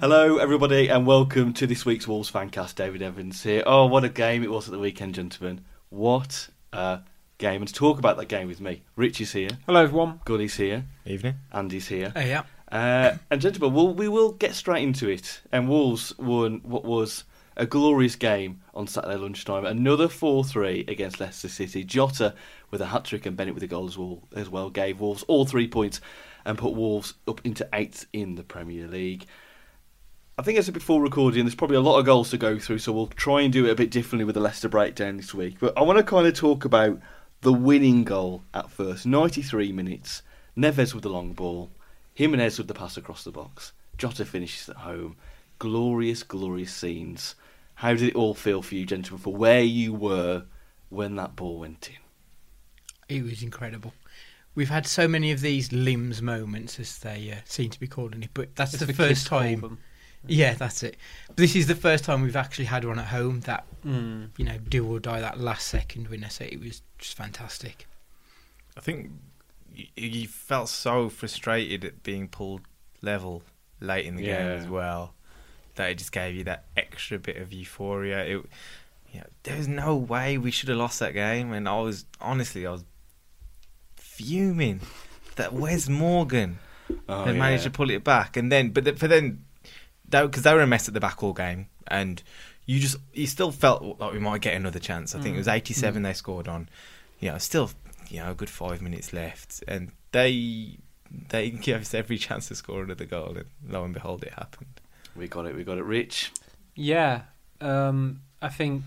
Hello, everybody, and welcome to this week's Wolves Fancast. David Evans here. Oh, what a game it was at the weekend, gentlemen. What a game. And to talk about that game with me, Rich is here, Hello, everyone. Goody's here, Evening. Andy's here. Oh, yeah. Uh, and, gentlemen, we'll, we will get straight into it. And Wolves won what was a glorious game on Saturday lunchtime. Another 4 3 against Leicester City. Jota with a hat trick and Bennett with a goal as well, as well gave Wolves all three points and put Wolves up into eighth in the Premier League. I think I said before recording, there's probably a lot of goals to go through, so we'll try and do it a bit differently with the Leicester breakdown this week. But I want to kind of talk about the winning goal at first. 93 minutes, Neves with the long ball, Jimenez with the pass across the box, Jota finishes at home. Glorious, glorious scenes. How did it all feel for you, gentlemen, for where you were when that ball went in? It was incredible. We've had so many of these limbs moments, as they uh, seem to be called in it, but that's the, first time. Yeah, that's it. But this is the first time we've actually had one at home that Mm. you know do or die that last second winner. So it was just fantastic. I think you, you felt so frustrated at being pulled level late in the Yeah. game as well that it just gave you that extra bit of euphoria. It, you know, there was no way we should have lost that game, and I was honestly I was fuming that Wes Morgan Oh, they managed to pull it back, and then but the, for then because they were a mess at the back all game, and you just you still felt like we might get another chance. I think it Mm. was eighty seven they scored on, you know, still you know a good five minutes left, and they they gave us every chance to score another goal, and lo and behold, it happened. We got it, we got it. Rich? Yeah. Um, I think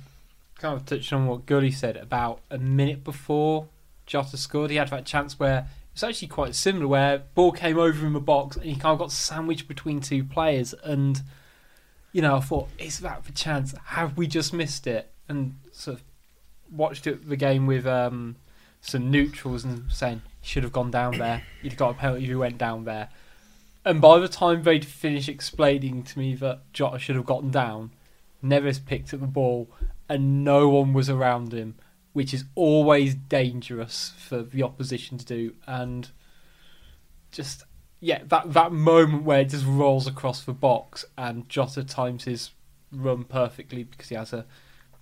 kind of touched on what Gully said about a minute before Jota scored. He had that chance where it's actually quite similar, where ball came over in the box and he kind of got sandwiched between two players. And you know, I thought, is that the chance? Have we just missed it? And sort of watched it the game with um, some neutrals and saying you should have gone down there. You'd got a penalty if you went down there. And by the time they'd finished explaining to me that Jota should have gotten down, Neves picked up the ball and no one was around him, which is always dangerous for the opposition to do. And just, yeah, that, that moment where it just rolls across the box and Jota times his run perfectly because he has a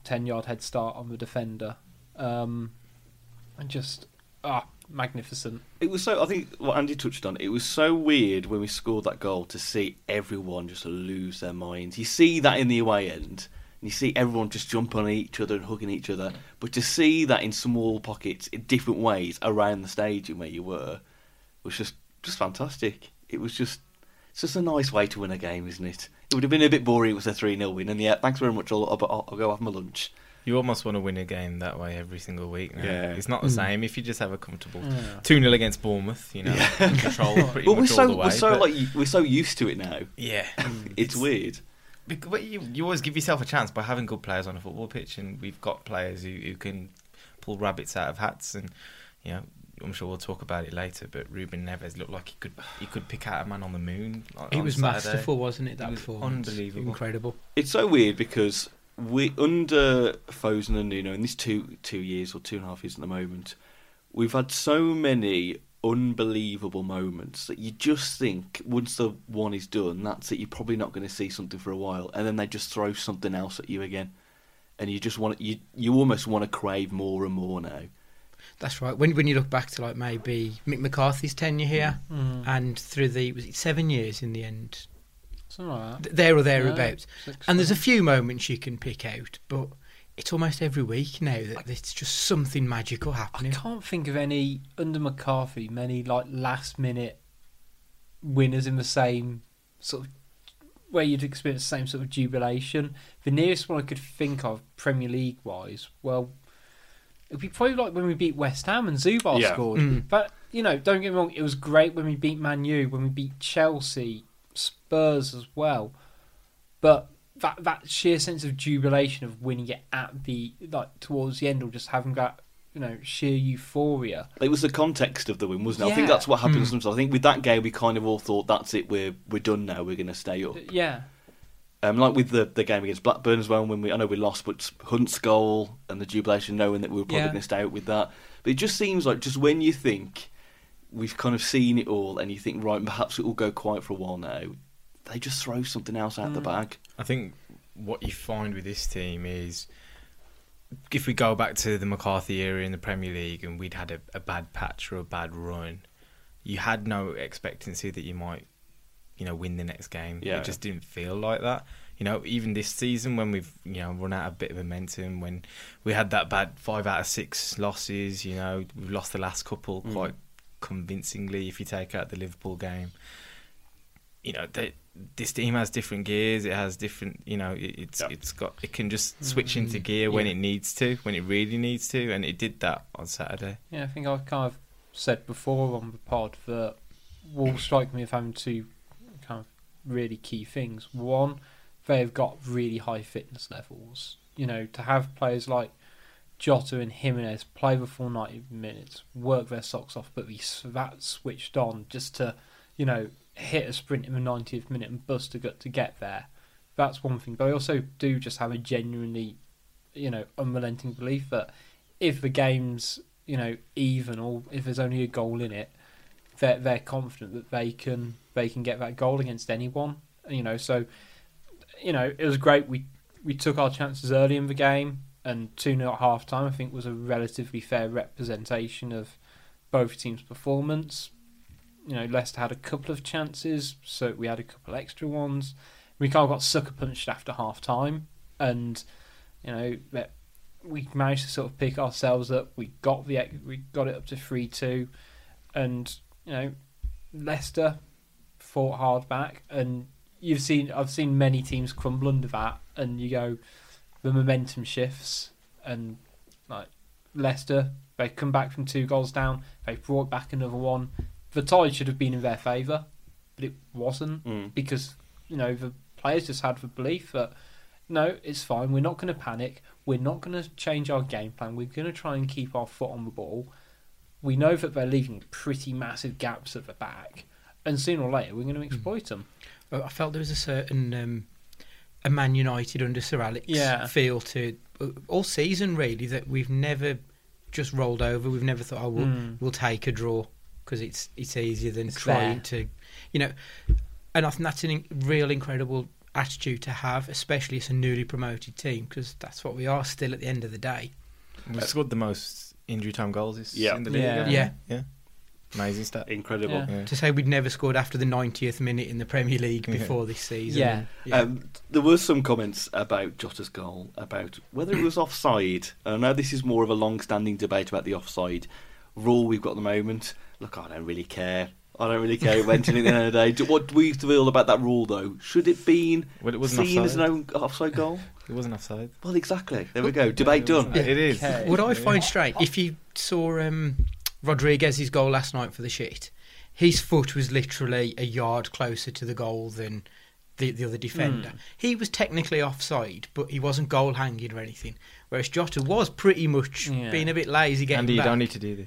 10 yard head start on the defender. Um, and just, ah, magnificent. It was so. I think what Andy touched on. It was so weird when we scored that goal to see everyone just lose their minds. You see that in the away end, and you see everyone just jumping on each other and hugging each other. But to see that in small pockets, in different ways around the stadium where you were, was just just fantastic. It was just it's just a nice way to win a game, isn't it? It would have been a bit boring. if It was a three 0 win, and yeah, thanks very much. I'll, I'll, I'll go have my lunch. You almost want to win a game that way every single week. Now. Yeah. it's not the Mm. same if you just have a comfortable Yeah. two 0 against Bournemouth. You know, control pretty But much we're all so the way. we're so but- like we're so used to it now. yeah, Mm. It's weird. Because but you, you always give yourself a chance by having good players on a football pitch, and we've got players who, who can pull rabbits out of hats, and you know. I'm sure we'll talk about it later, but Ruben Neves looked like he could he could pick out a man on the moon. Like, It on was Saturday. masterful, wasn't it? It That was performance, unbelievable. incredible. It's so weird because we under Fosen and Nuno in these two two years or two and a half years at the moment, we've had so many unbelievable moments that you just think once the one is done, that's it. You're probably not going to see something for a while, and then they just throw something else at you again, and you just want you you almost want to crave more and more now. That's right. When when you look back to like maybe Mick McCarthy's tenure here, Mm. Mm. and through the was it seven years in the end, Something like that. Th- there or thereabouts. Six, And there's a few moments you can pick out, but it's almost every week now that it's just something magical I happening. can't think of any under McCarthy many like last minute winners in the same sort of where you'd experience the same sort of jubilation. The nearest one I could think of Premier League wise, well, it'd be probably like when we beat West Ham and Zubar Yeah. scored. Mm. But you know, don't get me wrong, it was great when we beat Man U, when we beat Chelsea, Spurs as well. But that that sheer sense of jubilation of winning it at the like towards the end, or just having that you know sheer euphoria. It was the context of the win, wasn't it? I think Yeah. that's what happens Mm. sometimes. I think with that game, we kind of all thought, "That's it. We're we're done now. We're going to stay up." Yeah, Um, like with the, the game against Blackburn as well, when we I know we lost, but Hunt's goal and the jubilation, knowing that we were probably Yeah. going to stay out with that. But it just seems like just when you think we've kind of seen it all, and you think right, perhaps it will go quiet for a while now, they just throw something else out the Mm. bag. I think what you find with this team is if we go back to the McCarthy era in the Premier League and we'd had a, a bad patch or a bad run, you had no expectancy that you might, you know, win the next game. Yeah. It just didn't feel like that. You know, even this season when we've, you know, run out a bit of momentum, when we had that bad five out of six losses, you know, we've lost the last couple Mm. quite convincingly if you take out the Liverpool game you know that this team has different gears it has different you know it, it's Yeah. it's got it can just switch into Mm, gear when yeah. it needs to when it really needs to and it did that on saturday Yeah, I think I kind of said before on the pod that Wolves strike me of having two kind of really key things. One, they've got really high fitness levels. You know, to have players like Jota and Jimenez play the full 90 minutes, work their socks off, but be s- that switched on just to, you know, hit a sprint in the 90th minute and bust a gut to get there. That's one thing. But I also do just have a genuinely, you know, unrelenting belief that if the game's you know even or if there's only a goal in it they're, they're confident that they can they can get that goal against anyone you know so you know it was great we we took our chances early in the game and 2 0 at half time I think was a relatively fair representation of both teams performance you know Leicester had a couple of chances so we had a couple extra ones we kind of got sucker punched after half time and you know that we managed to sort of pick ourselves up. We got the we got it up to three two, and you know Leicester fought hard back. And you've seen I've seen many teams crumble under that, and you go the momentum shifts, and like Leicester they come back from two goals down. They brought back another one. The tie should have been in their favour, but it wasn't Mm. because you know the players just had the belief that no, it's fine. We're not going to panic. We're not going to change our game plan. We're going to try and keep our foot on the ball. We know that they're leaving pretty massive gaps at the back, and sooner or later we're going to exploit them. I I felt there was a certain um, a Man United under Sir Alex Yeah. feel to uh, all season really that we've never just rolled over. We've never thought, oh, we'll, Mm. we'll take a draw because it's it's easier than It's trying there. to, you know. And I think that's a in- real incredible attitude to have, especially as a newly promoted team, because that's what we are still at the end of the day. we scored the most injury time goals this Uh, Yeah. in the league Yeah. haven't we? Yeah. yeah amazing stat Incredible. Yeah. yeah. To say we'd never scored after the 90th minute in the Premier League Yeah. before this season. Yeah. Um, there were some comments about Jota's goal, about whether it was offside. And I know this is more of a long-standing debate about the offside rule we've got at the moment. Look, I don't really care. I don't really care. It went in at the end of the day. Do- What do we feel about that rule, though? Should it be well it wasn't seen as an offside own offside goal? it wasn't offside Well, exactly. There we go. Debate Yeah, it done. wasn't. it is Okay. What I Yeah. find strange, if you saw um, Rodriguez's goal last night for the shit, his foot was literally a yard closer to the goal than the, the other defender. Hmm. He was technically offside, but he wasn't goal hanging or anything. Whereas Jota was pretty much Yeah. being a bit lazy getting andy you back. don't e- need to do this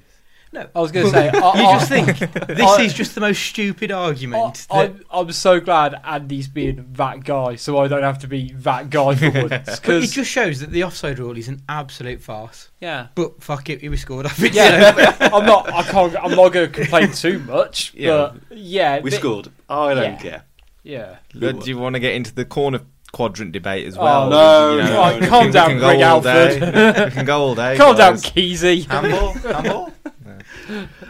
No, I was going to say, I, you I- just think this oh, I- is just the most stupid argument. I, that, I'm, I'm so glad Andy's being that guy, so I don't have to be that guy for once. but it 'cause- just shows that the offside rule is an absolute farce. yeah, But fuck it, he was scored off it. so- yeah. I'm not. I can't. I'm not going to complain too much. Yeah. But yeah, We but- scored. I don't Yeah. care. Yeah. We do you want to get into the corner quadrant debate as Oh, well no, You know, no, no. we can- Calm we down, can go Greg all day. Alford. we can go all day Calm down, guys. Keezy. Handball, handball.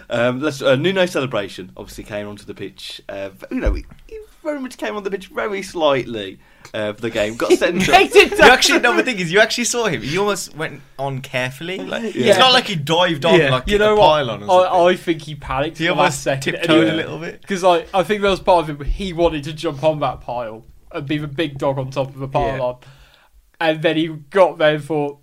Um, let's uh, Nuno celebration obviously came onto the pitch. Uh, v- you know, he he very much came on the pitch very slightly uh, for the game. Got sent off. you actually no. The thing is, you actually saw him. You almost went on carefully. Like, Yeah. It's not like he dived on Yeah. like You you know a what? pylon. Or something. I, I think he panicked he for the last almost second. tiptoed a little bit. Because like, I think there was part of him, he wanted to jump on that pile and be the big dog on top of the pile Yeah. on. And then he got there and thought,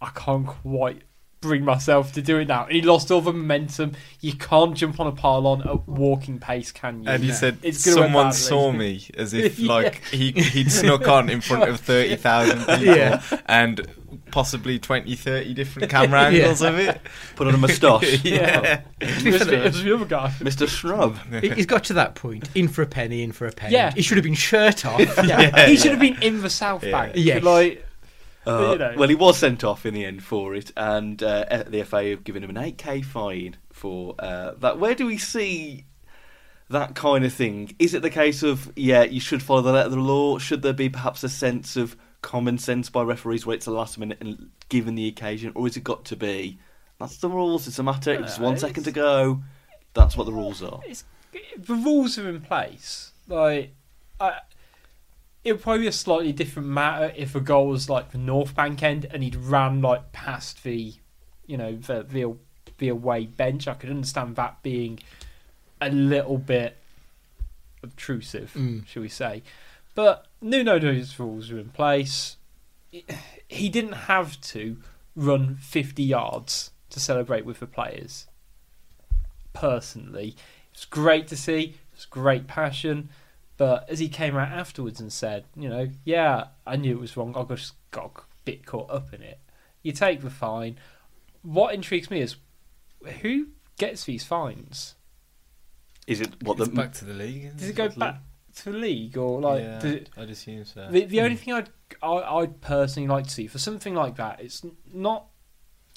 I can't quite bring myself to do it now. And he lost all the momentum. You can't jump on a pile on at walking pace, can you? And he said, It's gonna end "Someone badly." saw me," as if Yeah. like he he'd snuck on in front of thirty thousand people Yeah. and possibly 20, 30 different camera Yeah. angles of it. Put on a moustache. Yeah. it, was, it was the other guy. Mr. Shrub. He- He's got to that point. In for a penny, in for a penny. Yeah. He should have been shirt off. Yeah. Yeah, he should have been in the South Yeah. Bank. Yes. Like, Uh, You know. Well, he was sent off in the end for it, and uh, eh, the FA have given him an 8k fine for uh, that. Where do we see that kind of thing. Is it the case of yeah, you should follow the letter of the law? Should there be perhaps a sense of common sense by referees where it's the last minute and given the occasion, or has it got to be that's the rules? It's a matter. It's No, one it's- second to go. That's what the rules are. It's, the rules are in place. Like, I, it would probably be a slightly different matter if a goal was like the North Bank end and he'd ran like past the, you know, the the, the away bench. I could understand that being a little bit obtrusive, Mm. shall we say? But Nuno knew his rules were in place. He didn't have to run 50 yards to celebrate with the players. Personally, it's great to see. It's great passion. But as he came out afterwards and said, you know, yeah, I knew it was wrong. I just got a bit caught up in it. You take the fine. What intrigues me is who gets these fines? Is it what It's the back to the league. isn't Does it go back to the league or like? yeah, does it, I'd assume so. the, the only thing I'd I, I'd personally like to see for something like that, it's n- not,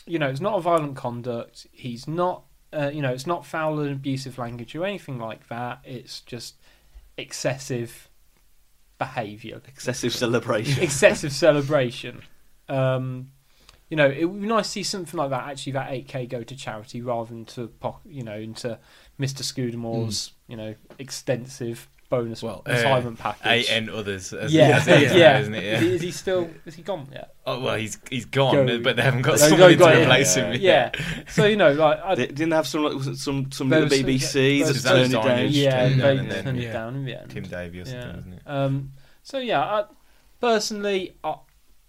you know, it's not a violent conduct. He's not, uh, you know, it's not foul and abusive language or anything like that. It's just excessive behaviour, excessive celebration? excessive celebration. Um, you know, it would be nice to see something like that. Actually, that eight k go to charity rather than to poc- you know into Mister Scudamore's you know extensive bonus Hmm. Well, uh, retirement package. Eight and others. As, Yeah, as it is now, yeah. isn't it? Is, Yeah. he, is he still? Is he gone yet? Oh well, he's he's gone, Go- but they haven't got They've somebody got to him. replace Yeah. him. Yeah. So you know, like, I, They didn't have some like, some some There of the was- BBC there that's was- turned it down. Dynage yeah, turned it down they and then- turned it yeah. down in the end. Tim Davey or something, Yeah. isn't it? Um, so yeah, I, personally, I,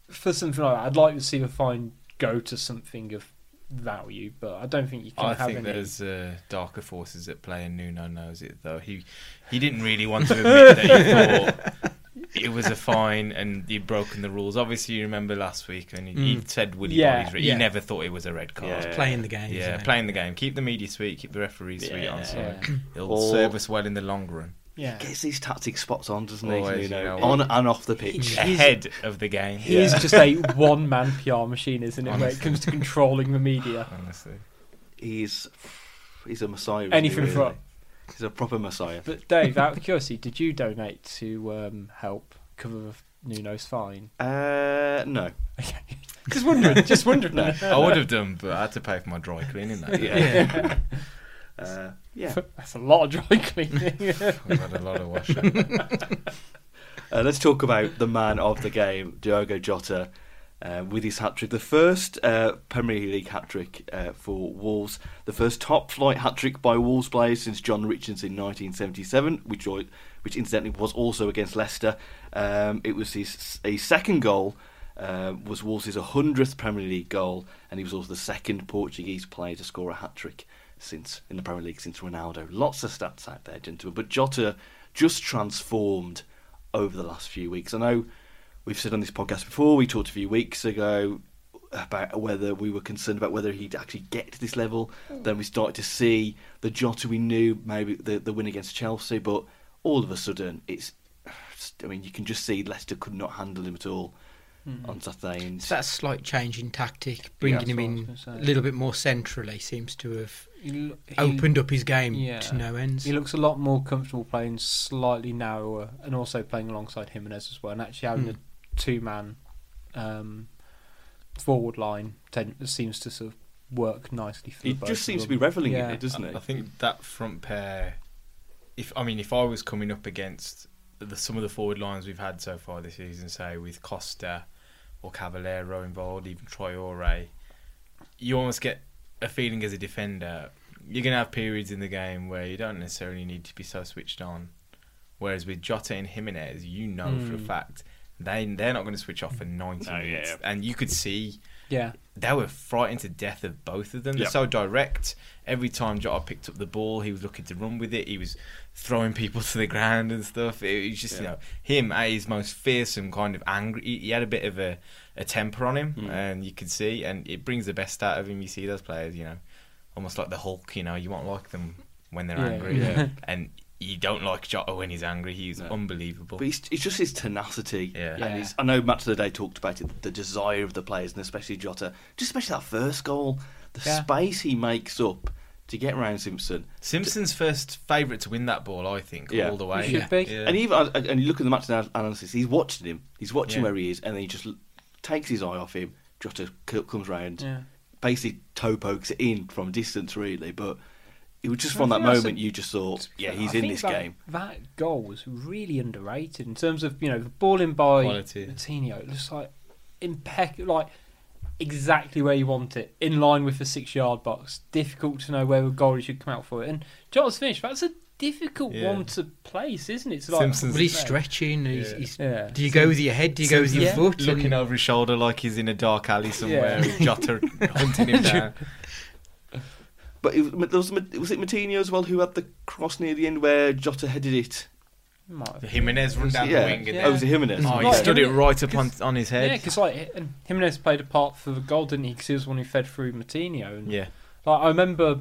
for something like that, I'd like to see the fine go to something of value, but I don't think you can I have think any. there's uh, darker forces at play, and Nuno knows it. Though he he didn't really want to admit that he thought it was a fine and he'd broken the rules. Obviously, you remember last week when he, he Mm. said Woody Yeah, Bobby's red. yeah. He never thought it was a red card. Yeah. Playing the game. Yeah, isn't it? playing the game. Keep the media sweet. Keep the referees sweet Yeah. on side. yeah, It'll Or- serve us well in the long run. yeah. Gets these tactics spots on, doesn't Always, he? You know, you know. on and off the pitch. He's- Ahead of the game. He is Yeah. just a one-man PR machine, isn't it? When it Honestly. comes to controlling the media, Honestly, He's he's a messiah. isn't he, anything really? from. He's a proper messiah. But Dave, out of curiosity, did you donate to um, help cover Nuno's fine? Uh, no. Just wondering. just wondering. No. I would have done, but I had to pay for my dry cleaning. That day. Yeah. uh, yeah. That's a lot of dry cleaning. I've had a lot of washing. Uh, let's talk about the man of the game, Diogo Jota, uh, with his hat trick. The first uh, Premier League hat trick uh, for Wolves. The first top flight hat trick by Wolves players since John Richards in 1977, which, o- which incidentally was also against Leicester. Um, it was his, his second goal. Uh, was Wolves' 100th Premier League goal, and he was also the second Portuguese player to score a hat trick since in the Premier League since Ronaldo. Lots of stats out there, gentlemen. But Jota just transformed over the last few weeks. I know we've said on this podcast before, we talked a few weeks ago about whether we were concerned about whether he'd actually get to this level. Then we started to see the Jota we knew, maybe the, the win against Chelsea, but all of a sudden, it's. I mean, you can just see Leicester could not handle him at all Mm. on Saturday. And It's that slight change in tactic, bringing that's him what I was in a gonna say. little bit more centrally, seems to have He lo- he- opened up his game yeah. to no ends. He looks a lot more comfortable playing slightly narrower and also playing alongside Jimenez as well. And actually having Hmm. a two man um, forward line ten- seems to sort of work nicely for He the both just of seems to be them. reveling Yeah. in it, doesn't he? I think that front pair. If I mean, if I was coming up against the, some of the forward lines we've had so far this season, say with Costa or Cavallero involved, even Traore, you almost get a feeling as a defender you're gonna have periods in the game where you don't necessarily need to be so switched on. Whereas with Jota and Jimenez, you know for Hmm. a Mm. fact they they're not going to switch off for 90 Oh, yeah, minutes, yeah. and you could see Yeah. they were frightened to death of both of them. They're Yeah. so direct. Every time Jota picked up the ball, he was looking to run with it. He was throwing people to the ground and stuff. It was just, you Yeah. know, him at his most fearsome kind of angry. He, he had a bit of a, a temper on him, Mm. and you could see, and it brings the best out of him. You see those players, you know, almost like the Hulk, you know, you won't like them when they're Yeah, angry. yeah. And you don't like Jota when he's angry. He's No. unbelievable. But it's, it's just his tenacity. Yeah. Yeah. And his, I know Match of the Day talked about it, the desire of the players, and especially Jota, just especially that first goal, the Yeah. space he makes up to get round Simpson. Simpson's first favourite to win that ball, I think, Yeah. all the way. He should be. And even and you look at the match ana- analysis, he's watching him. He's watching Yeah. where he is, and then he just l- takes his eye off him. Jota c- comes round, Yeah. basically toe pokes it in from distance, really. But it was just I from that think that's moment a- you just thought, yeah, I he's in think this that- game. That goal was really underrated in terms of you know the ball in by Quality. Matinho, just like impeccable, like exactly where you want it, in line with the six-yard box. Difficult to know where the goalie should come out for it. And Jota's finish, that's a difficult Yeah. one to place, isn't it? It's like, Simpson's- Well, he's stretching. He's, Yeah. he's, Yeah. Do you go with your head? Do you go with your Yeah. foot? Looking And- over his shoulder like he's in a dark alley somewhere with Jota hunting him down. But it, was- there was Ma- was it Matinho as well who had the cross near the end where Jota headed it. Might have- Jimenez run down the yeah, wing. And yeah. then- over to Jimenez. Oh, he Right, stood it Jimenez- right up on, on his Yeah, head. because like and Jimenez played a part for the goal, didn't he? Because he was the one who fed through Matinho. And Yeah. Like I remember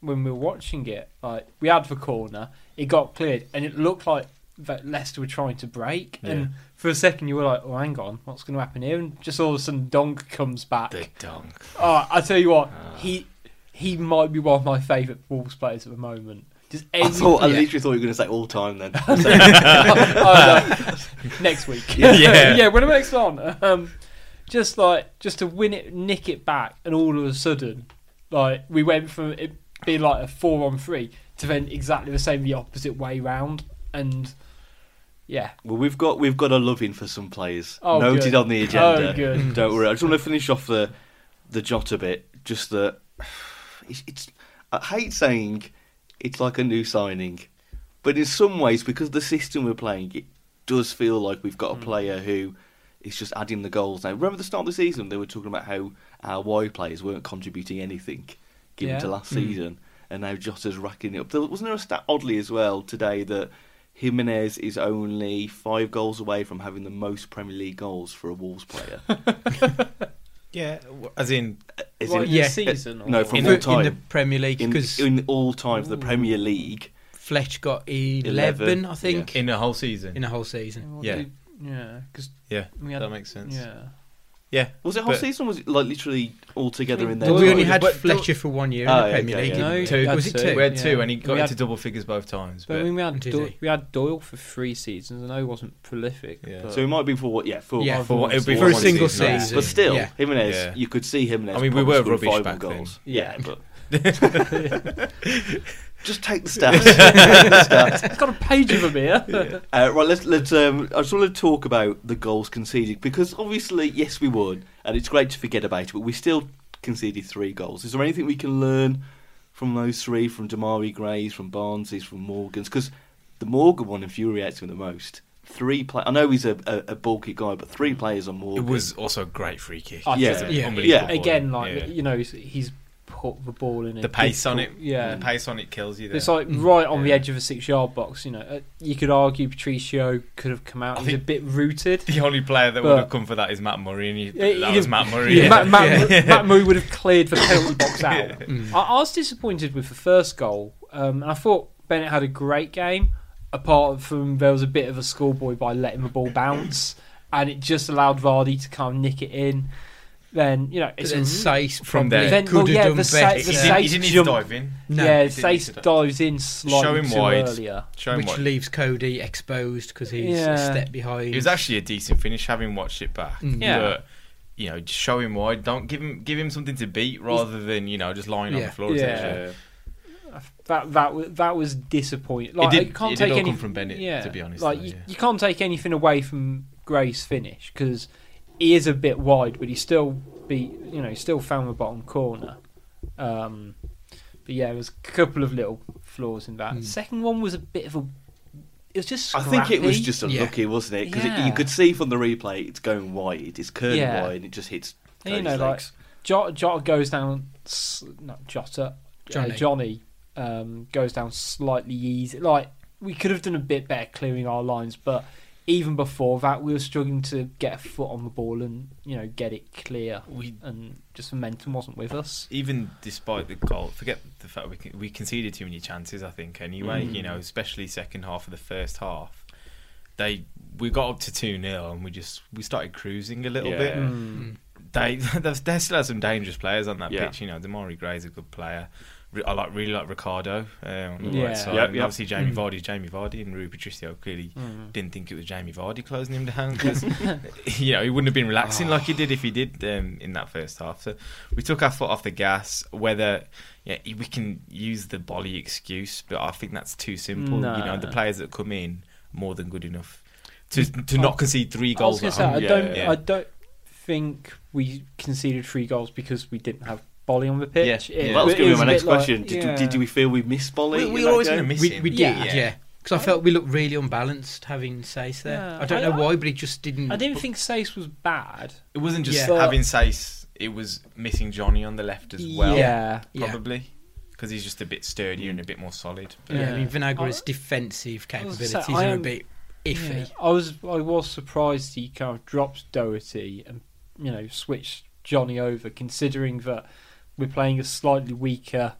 when we were watching it, like we had the corner, it got cleared, and it looked like that Leicester were trying to break. Yeah. And for a second, you were like, "Oh, hang on, what's going to happen here?" And just all of a sudden, Donk comes back. The dunk. Oh, I tell you what, Ah. he he might be one of my favourite Wolves players at the moment. Just I every, thought I Yeah. literally thought you were going to say all time then. Oh, no. next week. Yeah. Yeah. yeah, when am I next on? Um, just like just to win it, nick it back, and all of a sudden, like we went from it being like a four on three to then exactly the same the opposite way round, and yeah, Well, we've got we've got a love in for some players Oh, noted good. on the agenda. Oh, good. Don't worry. I just want to finish off the the Jota bit. Just that it's, it's I hate saying it's like a new signing, but in some ways, because the system we're playing, it does feel like we've Hmm. got a player who is just adding the goals. Now, remember the start of the season, they were talking about how our Y players weren't contributing anything given Yeah. to Hmm. last season, and now Jota's racking it up. There, wasn't there a stat oddly as well today that? Jimenez is only five goals away from having the most Premier League goals for a Wolves player. Yeah, w- as in As Well, in- yeah. this season or- No, from in, all the, in the time. Premier League in, because in all time for the Premier League. Fletch got 11, I think, in a whole season. in a whole season. What Yeah. did- yeah, because yeah, we had that makes sense. Yeah, yeah. Was it whole But- season? Or was it like literally all together in there? Well, we only had But- Fletcher for one year in Oh, the yeah, Premier okay, League. yeah. didn't Two. we? was it That's it. two? we had two, Yeah. and he got We had- into double figures both times. But But, when we had Did Doyle, he? we had Doyle for three seasons. I know he wasn't prolific. Yeah. but- So it might be for what? Yeah, for Yeah, for what- it'd be For a one single season, season. yeah. But still, Yeah. Jimenez, Yeah. you could see Jimenez. I mean, we probably were scoring five rubbish back then. goals. Yeah. Yeah, but just take the stats. I've got a page of him here. Uh, right, let's let's. Um, I just want to talk about the goals conceded because obviously, yes, we won, and it's great to forget about it, but we still conceded three goals. Is there anything we can learn from those three, from Damari Gray's, from Barnes's, from Morgan's? Because the Morgan one infuriates me the most. Three play. I know he's a, a, a bulky guy, but three players on it Morgan. was also a great free kick. Oh, Yeah. It's Yeah. unbelievable. Again, like Yeah. you know, he's, he's put the ball in. a the pace on it, difficult- yeah, Yeah, the pace on it kills you. There. it's like right on the Yeah. edge of a six-yard box. You know, uh, you could argue Patricio could have come out. I He's a think- bit rooted. the only player that would But- have come for that is Matt Murray, and he, Yeah, that he- was Matt Murray. Yeah. Matt, Matt, Yeah. Matt Murray would have cleared the penalty box out. Mm. I, I was disappointed with the first goal, um, and I thought Bennett had a great game. Apart from there was a bit of a schoolboy by letting the ball bounce, and it just allowed Vardy to kind of nick it in. Then you know, But it's then a- Sace From from there. there Then- could well, yeah, have the done Sa- better. he, the didn't, Sa- he didn't Sace even jump- dive in. No, yeah, it didn't Sace either. dives in slightly him too wide. earlier. Show him which what- leaves Cody exposed because he's Yeah. a step behind. It was actually a decent finish, having watched it back. Mm. Yeah. But, you know, just show him why. Don't give him give him something to beat rather than you know just lying on Yeah. the floor. Yeah. essentially. That that was that was disappointing. Like did- you can't it did take all any come from Bennett, to be honest, like though, you, yeah. you can't take anything away from Gray's finish because he is a bit wide, but he still beat you know he still found the bottom corner. Um, but yeah, there was a couple of little flaws in Hmm. that. Mm. Second one was a bit of a. It was just. I Scrappy. think it was just Yeah. unlucky, wasn't it? Because Yeah. you could see from the replay, it's going wide, it's curving Yeah. wide, and it just hits. And, you Cody's know, like- legs. Jota, Jota goes down, s- not Jota, Johnny, Johnny. uh, Johnny um, goes down slightly easy. Like we could have done a bit better clearing our lines, but even before that, we were struggling to get a foot on the ball and you know get it clear, We and just momentum wasn't with us. even despite the goal, forget the fact we con- we conceded too many chances. I think anyway, Mm. you know, especially second half of the first half, they we got up to two 0 and we just we started cruising a little Yeah. bit. Mm. Hmm. They they still had some dangerous players on that Yeah. pitch. You know, Damari Gray's a good player. re- I like really like Ricardo. Uh, on the Yeah. right side. Yep, And yep. Obviously, Jamie Mm. Vardy, Jamie Vardy, and Rui Patricio clearly Mm. didn't think it was Jamie Vardy closing him down because you know he wouldn't have been relaxing like he did if he did um, in that first half. So we took our foot off the gas. Whether yeah we can use the Bolly excuse, but I think that's too simple. You know No. the players that come in more than good enough to to not concede three I was goals. going at to say, I home. don't, Yeah. I don't think we conceded three goals because we didn't have Bolly on the pitch. Yeah. Yeah. Well, that was it going to be a my next bit like- question. Did, yeah. did we feel we missed Bolly? We, in we that were always game? going to miss We, him. we did, Yeah. yeah. Because I felt we looked really unbalanced having Sace there. Yeah. I don't I- know I- why, but he just didn't. I didn't think Sace was bad. It wasn't just Yeah. having Sace; it was missing Johnny on the left as well. Yeah. Yeah. probably because he's just a bit sturdier and a bit more solid. But Yeah, I mean, Vinagre's I- defensive I was gonna capabilities say, I are a am- bit iffy. Yeah. I was I was surprised he kind of dropped Doherty and you know switched Johnny over, considering that we're playing a slightly weaker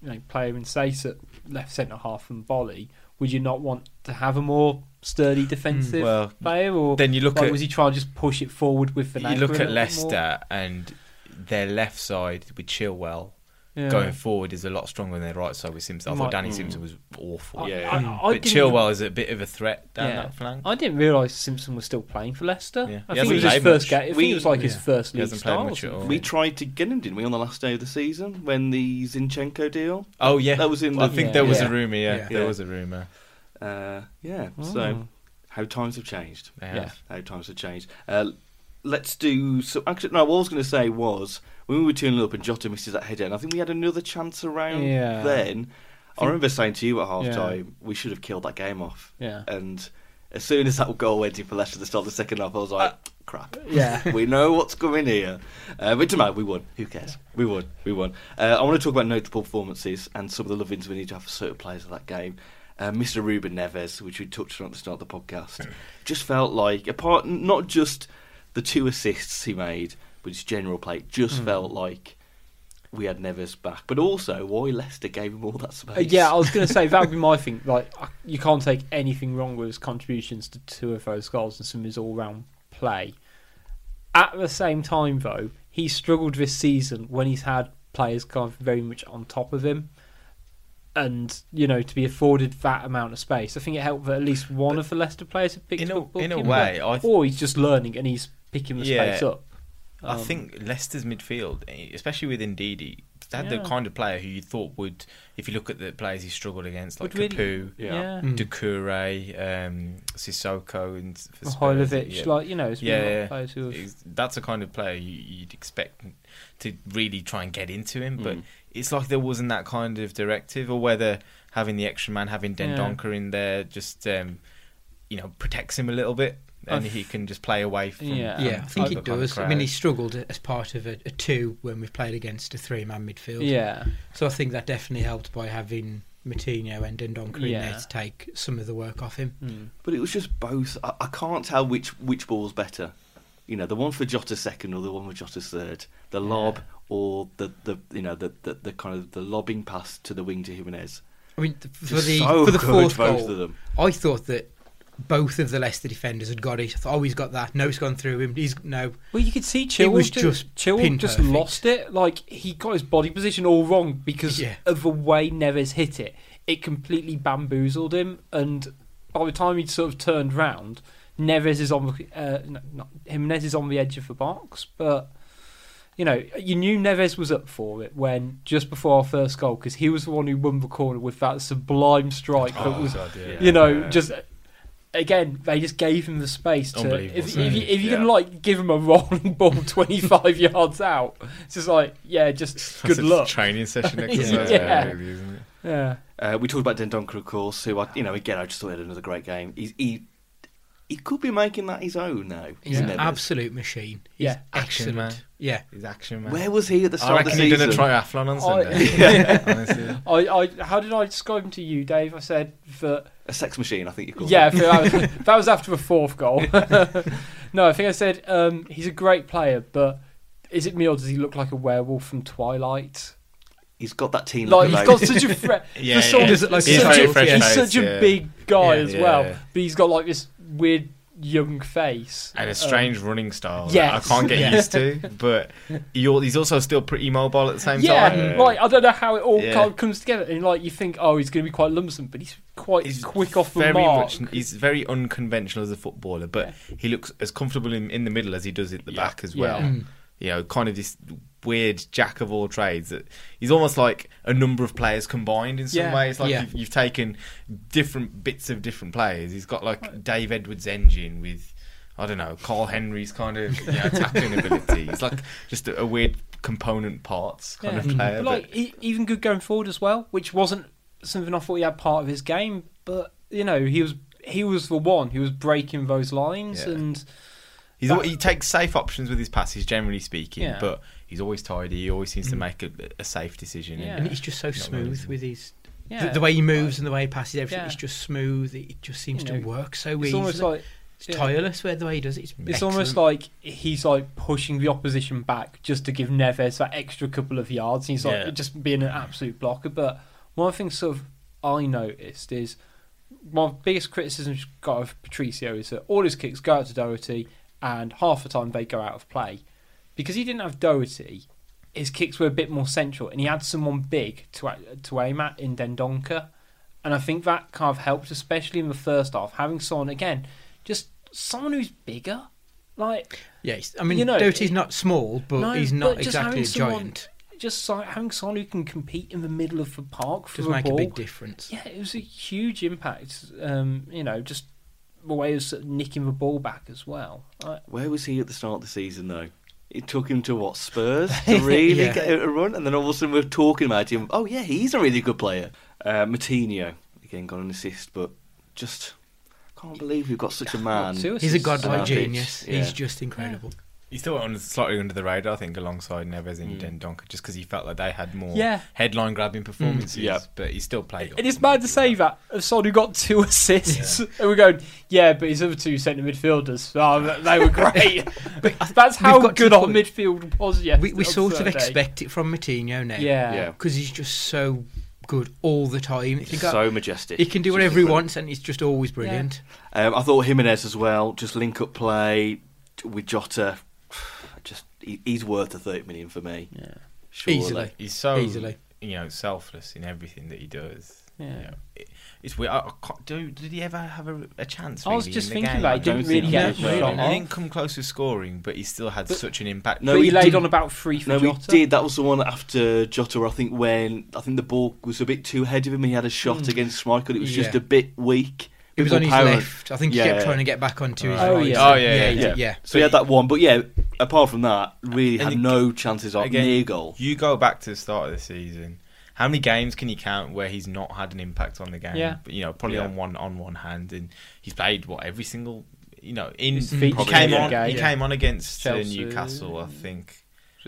you know player in Sace at left centre half and Bolly. Would you not want to have a more sturdy defensive Hmm, well, player, or then you look like, at was he trying to just push it forward with the you look at Leicester and their left side with Chilwell going forward is a lot stronger than their right side with Simpson. I thought Might- Danny Mm. Simpson was awful. I, Yeah. I, I, Hmm. but didn't- Chilwell is a bit of a threat down Yeah. that flank. I didn't realise Simpson was still playing for Leicester. Yeah. I He think hasn't it was his played first much. game. I think We- it was like his Yeah. first He league hasn't played start. or much at all. something. We tried to get him, didn't we, on the last day of the season when the Zinchenko deal? oh yeah, That was in the. I think there was a Yeah. rumor. Yeah, Yeah. there Yeah. was a rumor. Uh, yeah. Oh. Mm. So how times have changed. They Yeah. have. How times have changed. Uh, let's do. So actually, no. What I was going to say was when we were tuning up and Jota misses that header, and I think we had another chance around Yeah. then. I, Think- remember saying to you at half Yeah. time, we should have killed that game off. yeah. And as soon as that goal went in for Leicester at the start of the second half, I was Uh, like, crap. Yeah. we know what's coming here. Uh, but tonight we won. Who cares? We won. We won. Uh, I want to talk about notable performances and some of the lovings we need to have for certain players of that game. Uh, Mr. Ruben Neves, which we touched on at the start of the podcast, just felt like apart not just the two assists he made, but his general play just felt like we had Neves back. But also why Leicester gave him all that space. Uh, Yeah, I was going to say that would be my thing. Like, I- you can't take anything wrong with his contributions to two of those goals and some of his all-round play. At the same time, though, he struggled this season when he's had players kind of very much on top of him, and you know to be afforded that amount of space. I think it helped that at least one of the Leicester players had picked in a- up. in a him, way, but- I th- or he's just learning and he's picking the Yeah. space up. I Um, think Leicester's midfield, eh, especially with Ndidi, had the Yeah. kind of player who you thought would, if you look at the players he struggled against, like Would really- Hmm. Kapu, Yeah. yeah. Mm. Doucouré, um, Sissoko, and for Spurs, Mihailovic, yeah. like you know, it's Yeah, yeah, yeah. players who have It's- that's the kind of player you, you'd expect to really try and get into him. But Mm. it's like there wasn't that kind of directive, or whether having the extra man, having Yeah. Dendonker in there, just um, you know protects him a little bit, and I've- he can just play away from. Yeah. Yeah, I think from he the kind of does. I mean, crowd. he struggled as part of a, a two when we've played against a three-man midfield. yeah. So I think that definitely helped by having Matinho and Ndonker in Yeah. there to take some of the work off him. Mm. But it was just both. I, I can't tell which which ball's better. You know, the one for Jota second or the one for Jota third. The Yeah. lob or the, the you know the, the, the kind of the lobbing pass to the wing to Jimenez. I mean, th- for Just the so for the good, fourth both goal, of them. I thought that both of the Leicester defenders had got it. I thought, oh, he's got that. No, it's gone through him. He's no. Well, you could see Chilwell was ju- just Chilwell pin just perfect. lost it. Like he got his body position all wrong because Yeah. of the way Neves hit it. It completely bamboozled him, and by the time he'd sort of turned round, Neves is on the uh, no, not, Jimenez is on the edge of the box. But you know, you knew Neves was up for it when just before our first goal because he was the one who won the corner with that sublime strike that Oh, was God, yeah. you know, Yeah. just again, they just gave him the space to. Unbelievable, If, if, isn't you, it? if you can Yeah. like give him a rolling ball twenty five yards out, it's just like yeah, just That's good a luck. Training session exercise, Yeah. really, isn't it? Yeah, Uh, we talked about Dendonker, of course. Who I, you know, again, I just thought he had another great game. He's, he he could be making that his own now. He's Yeah. an Neves. absolute machine. He's Yeah. Action excellent. man. Yeah. He's action man. Where was he at the I start of the reckon he season? did a triathlon Oh, on Sunday. honestly. I, I, how did I describe him to you, Dave? I said that A sex machine, I think you called yeah, I it. think that was, that was after the fourth goal. no, I think I said um, he's a great player, but is it me or does he look like a werewolf from Twilight? He's got that teen. Like he's look got about him. such a threat. Yeah, for some yeah. reason, Like, such he's a- very he's fresh-faced, such a yeah. big guy Yeah, as well, yeah. but he's got like this weird young face and a Um, strange running style yes. that I can't get Yeah. used to. But you're, he's also still pretty mobile at the same time. yeah, right. I don't know how it all Yeah. kind of comes together, and like you think, oh, he's going to be quite lumsden, but he's quite He's quick off the very mark. much. He's very unconventional as a footballer, but he looks as comfortable in, in the middle as he does at the Yeah. back as well. Yeah. Mm. You know, kind of this weird jack of all trades. That he's almost like a number of players combined in some Yeah. ways. Like Yeah. you've, you've taken different bits of different players. He's got like Dave Edwards' engine with. I don't know, Carl Henry's kind of you know, tackling ability. He's like just a, a weird component parts kind Yeah. of player. But that- like e even good going forward as well, which wasn't something I thought he had part of his game. But you know, he was he was the one who was breaking those lines, Yeah. and He's That- al he takes safe options with his passes, generally speaking, Yeah. Mm. but he's always tidy. He always seems to make a, a safe decision. Yeah. And And he's just so Not really, smooth isn't with his yeah, the, the way he moves and the way he passes everything. Yeah. It's just smooth. It just seems You to know, work so it's easily. almost like it's yeah. tireless with the way he does it. It's, it's almost like he's like pushing the opposition back just to give Neves that extra couple of yards. He's like Yeah. just being an absolute blocker. But one of the things sort of I noticed is my biggest criticism I've got of Patricio is that all his kicks go out to Doherty and half the time they go out of play. Because he didn't have Doherty, his kicks were a bit more central and he had someone big to, a- to aim at in Dendonka. And I think that kind of helped, especially in the first half, having someone, again, just someone who's bigger. Like, yeah. he's- I mean, you know, Doty's it- not small, but No, he's not but just exactly having a someone giant. just so, having someone who can compete in the middle of the park for Does the make ball. a big difference. Yeah, it was a huge impact. Um, you know, just the way he was sort of nicking the ball back as well. I, Where was he at the start of the season, though? It took him to what Spurs to really Yeah. get a run, and then all of a sudden we're talking about him. Oh yeah, he's a really good player. Uh, Matinho again got an assist, but just can't believe we've got such a man. two He's a assists. godlike Uh, genius. yeah. He's just incredible. he's still on, slightly under the radar, I think, alongside Neves and Mm. Dendonka, just because he felt like they had more Yeah. headline grabbing performances. Yeah. But he still played. It is mad to say that of someone who got two assists, and we're going, yeah, but his other two centre midfielders, oh, they were great. That's we've how got to good the our point- midfield was. Yes, we we on sort of Saturday. expect it from Matinho now. yeah, Yeah. Because he's just so good all the time. He He's can, so majestic. he can do Just whatever he incredible. wants, and he's just always brilliant. Um, I thought Jimenez as well. Just link up play with Jota. Just he, he's worth a thirty million for me. yeah, Surely. Easily. He's so Easily. you know selfless in everything that he does. yeah. You know, it- it's weird. I, I can't- do, did he ever have a, a chance? I was really, just in the thinking game? about it. I He don't didn't think really he get did. a shot He off. didn't come close to scoring, but he still had But- such an impact. No, but he, he laid didn't. on about three for No, he Jota. did. That was the one after Jota. I think when I think the ball was a bit too ahead of him. He had a shot Mm. against Schmeichel. It was just Yeah. a bit weak. He was bit on his more power. left. I think he Yeah. kept trying to get back onto his Oh, right. yeah. Oh, yeah, yeah, he yeah. did, yeah. So he had that one, but yeah, apart from that, really And had he- no chances of again, near goal. You go back to the start of the season. How many games can you count where he's not had an impact on the game? Yeah. But, You know, probably Yeah. on one on one hand, and he's played what every single. You know, in His he feature came game. on. He Yeah. came on against uh, Chelsea. Newcastle, I think,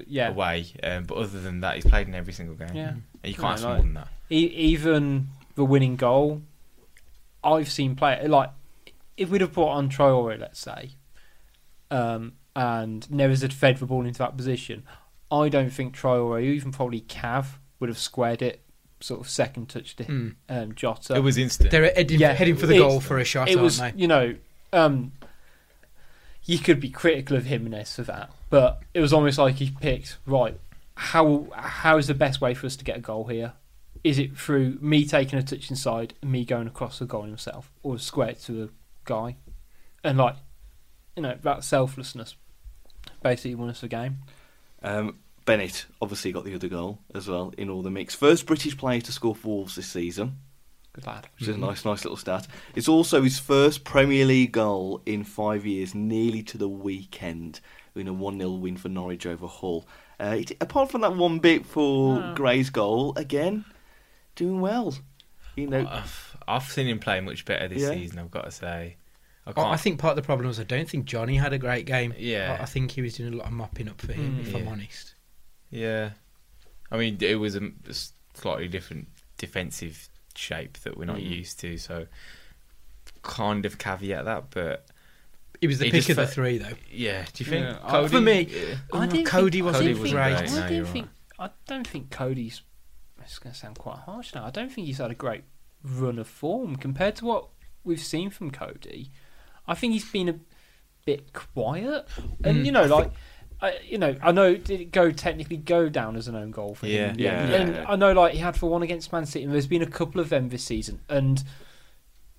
Yeah, away. Um, but other than that, he's played in every single game. Yeah. And you can't No, ask for like- more than that. E- even the winning goal, I've seen play like if we'd have brought on Traore, let's say, um, and Neves had fed the ball into that position, I don't think Traore, even probably Cav, would have squared it sort of second touch to Mm. um, Jota. it was instant. They're heading, Yeah. heading for the It- goal for a shot, It aren't was, they? you know, um, you could be critical of Jimenez for that, but it was almost like he picked right. How how is the best way for us to get a goal here? Is it through me taking a touch inside and me going across the goal himself, or square it to the guy? And like, you know, that selflessness basically won us the game. Um, Bennett obviously got the other goal as well in all the mix. First British player to score for Wolves this season, Good lad. which is a nice, nice little stat. It's also his first Premier League goal in five years, nearly to the weekend, in a 1 0 win for Norwich over Hull. Uh, it- apart from that one bit for No. Gray's goal, again, doing well. You know, I've, I've seen him play much better this Yeah. season. I've got to say. Oh, I I can't. I think part of the problem was I don't think Johnny had a great game. Yeah. I- I think he was doing a lot of mopping up for him, Mm. if I'm Yeah. honest. Yeah, I mean it was a m- slightly different defensive shape that we're not Mm. used to, so kind of caveat that. But He was the He pick just of the fe- three, though. yeah, do you think Yeah, I- Cody- for me, Yeah. I didn't Cody think- wasn't Mm, Cody wasn't great. great. I No, don't you're think. I don't think Cody's. It's going to sound quite harsh now. I don't think he's had a great run of form compared to what we've seen from Cody. I think he's been a bit quiet, and Mm. you know, like. I, you know, I know did it go technically go down as an own goal for him? Yeah. Yeah. And Yeah. I know, like he had for one against Man City, and there's been a couple of them this season, and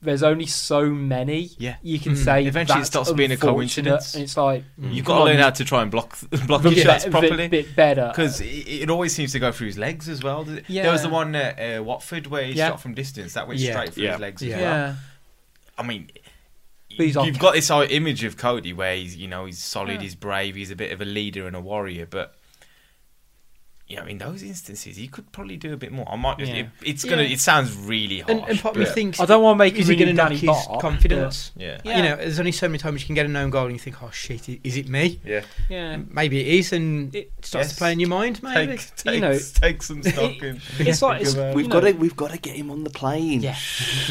there's only so many. Yeah. you can Mm. say Eventually it that's starts being a unfortunate, coincidence. Mm. And it's like You've Mm. come got to on, learn how to try and block block your be- shots be- properly. bit better Because it, it always seems to go through his legs as well. does it? Yeah. There was the one at uh, Watford where he Yeah. shot from distance that went Yeah. straight through Yeah. his legs Yeah. as well. yeah. I mean, But he's you've on got this whole image of Cody where he's you know he's solid, Yeah. he's brave, he's a bit of a leader and a warrior, but. Yeah, I mean those instances, he could probably do a bit more. I might. Yeah. It, it's gonna. Yeah. It sounds really harsh. And, and part of me but- thinks, I don't want to make is him he going to really knock Danny his Bart, confidence? Yeah. Yeah. You know, there's only so many times you can get an own goal and you think, oh shit, i- is it me? Yeah. but- Yeah. Maybe it is, and it It- starts Yes. to play in your mind, maybe. Take, take, you know, take some stock and It's like it's, about- uh, you We've know, got to we've got to get him on the plane. Yeah.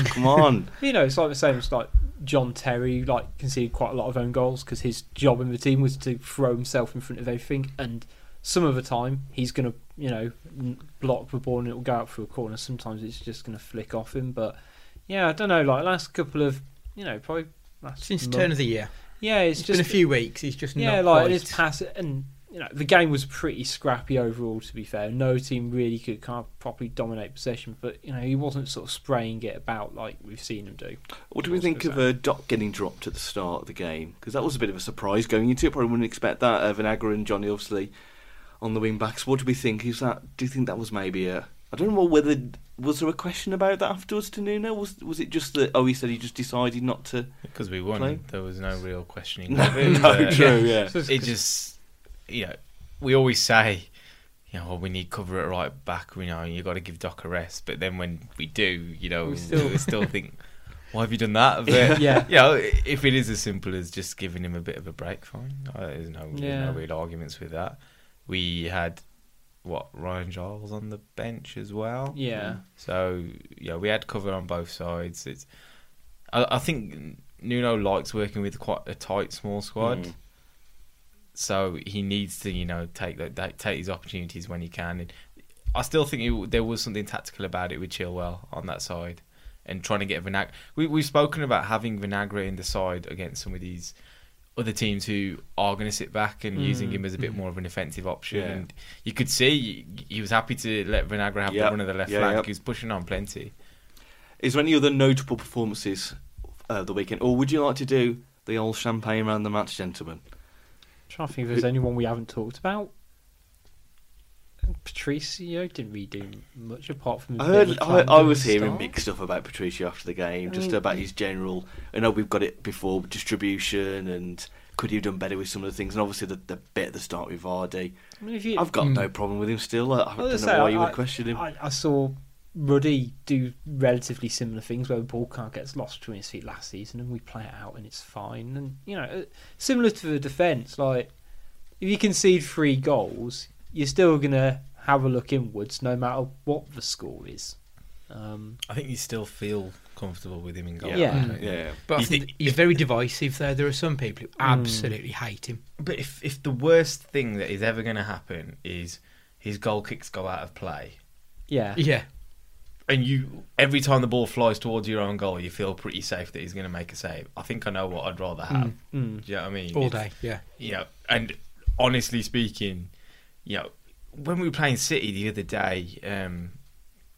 Come on. You know, it's like the same as like John Terry, like conceded quite a lot of own goals because his job in the team was to throw himself in front of everything. And some of the time, he's going to, you know, n- block the ball and it'll go out through a corner. Sometimes it's just going to flick off him. But yeah, I don't know. Like last couple of, you know, probably last Since month- turn of the year, yeah, it's it's just been a few weeks. He's just yeah, not like quite. his pass and you know the game was pretty scrappy overall. To be fair, no team really could kind of properly dominate possession, but you know he wasn't sort of spraying it about like we've seen him do. What do we What's think of that? uh, Doc getting dropped at the start of the game? Because that was a bit of a surprise going into it. Probably wouldn't expect that. Uh, Vinagre and Johnny obviously on the wing backs. What do we think? Is that? Do you think that was maybe a? I don't know whether was there a question about that afterwards to Nuno. Was was it just that? Oh, he said he just decided not to. because we won, Play. there was no real questioning. No, of it, no, but- true. Yeah. it just you know we always say you know well, we need cover at right back you know you got to give Doc a rest but then when we do you know We we still, still- think why have you done that but, Yeah. you know if it is as simple as just giving him a bit of a break fine Uh, there's no, there's Yeah. no real arguments with that we had what Ryan Giles on the bench as well yeah, so yeah, we had cover on both sides. It's I, I think Nuno likes working with quite a tight small squad. Mm. So he needs to you know take that that- take his opportunities when he can. And I still think it, there was something tactical about it with Chilwell on that side and trying to get Vinagre. We, we've spoken about having Vinagre in the side against some of these other teams who are going to sit back and using him as a bit more of an offensive option. Mm. Yeah. And you could see he was happy to let Vinagre have the Yep. run of the left Yeah, flank. yep. He was pushing on plenty. Is there any other notable performances uh, the weekend, or would you like to do the old champagne round the match, gentlemen? trying to think if there's anyone we haven't talked about. Patricio didn't really do much apart from. a I bit heard. of a I, clander I at was the hearing start. mixed stuff about Patricio after the game, just mean- about his general. I know we've got it before distribution and could he have done better with some of the things, and obviously the, the bit at the start with Vardy. I mean, if you, I've got Mm. no problem with him still. I, I Well, don't know as I say, why you I- would question him. I, I saw Ruddy do relatively similar things where the ball kind of gets lost between his feet last season, and we play it out, and it's fine. And you know, uh, similar to the defense, like if you concede three goals, you're still gonna have a look inwards, no matter what the score is. Um, I think you still feel comfortable with him in goal. Yeah. Yeah. don't you? yeah, But I You think think- Hmm. he's very divisive. Though there are some people who absolutely hate him. But if if the worst thing that is ever going to happen is his goal kicks go out of play, yeah, Yeah, and you every time the ball flies towards your own goal, you feel pretty safe that he's going to make a save. I think I know what I'd rather have. Mm. Mm. Do you know what I mean? all It's- day. Yeah, you know, and honestly speaking, you know, when we were playing City the other day, um,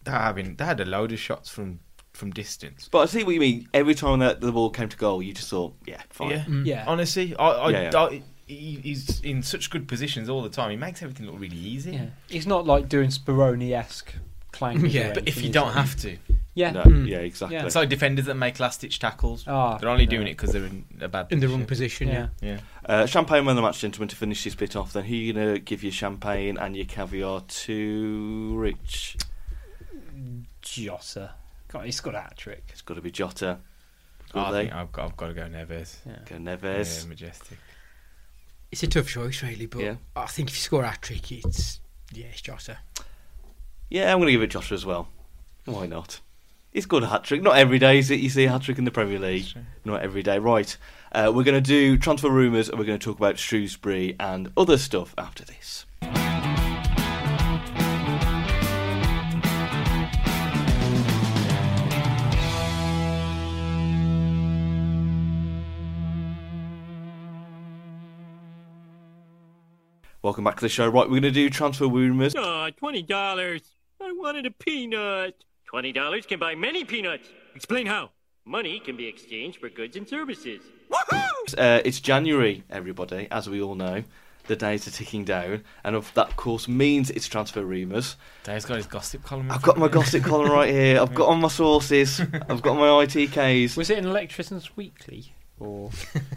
they were having they had a load of shots from from distance. But I see what you mean. Every time that the ball came to goal, you just thought, yeah, fine. Yeah, Mm. Yeah. Honestly, I, I, Yeah, yeah. I- he, he's in such good positions all the time. He makes everything look really easy. yeah. It's not like doing Spironi esque clangs. Yeah, or But if anything, you is don't it? have to, yeah, No, Mm. yeah, exactly. Yeah. it's like defenders that make last ditch tackles. Ah, They're only no. doing it because they're in a bad in the position. wrong position. Yeah, yeah. Yeah. Uh, champagne round the match, gentlemen, to finish this bit off. Then who you gonna give your champagne and your caviar to? Rich. Jota. God, he's got a hat trick. It's got to be Jota. Oh, Will I they? think I've got, I've got to go Neves. Ah, Yeah. Go Neves. Yeah, majestic. it's a tough choice really, but Yeah. I think if you score a hat trick, it's yeah, it's Jota. Yeah, I'm going to give it Jota as well. Why not? He's scored a hat trick. Not every day is it you see a hat trick in the Premier League. Sure. Not every day. Right. Uh, we're going to do transfer rumours and we're going to talk about Shrewsbury and other stuff after this. Welcome back to the show. Right, we're going to do transfer rumours. Aw, Uh, twenty dollars. I wanted a peanut. Twenty dollars can buy many peanuts. Explain how. Money can be exchanged for goods and services. Uh, it's January, everybody, as we all know. The days are ticking down, and of that of course means it's transfer rumours. Dave's got his gossip column. in I've got front my of him. gossip column right here. I've got on my sources. I've got my ITKs. Was it an Electricians Weekly? Or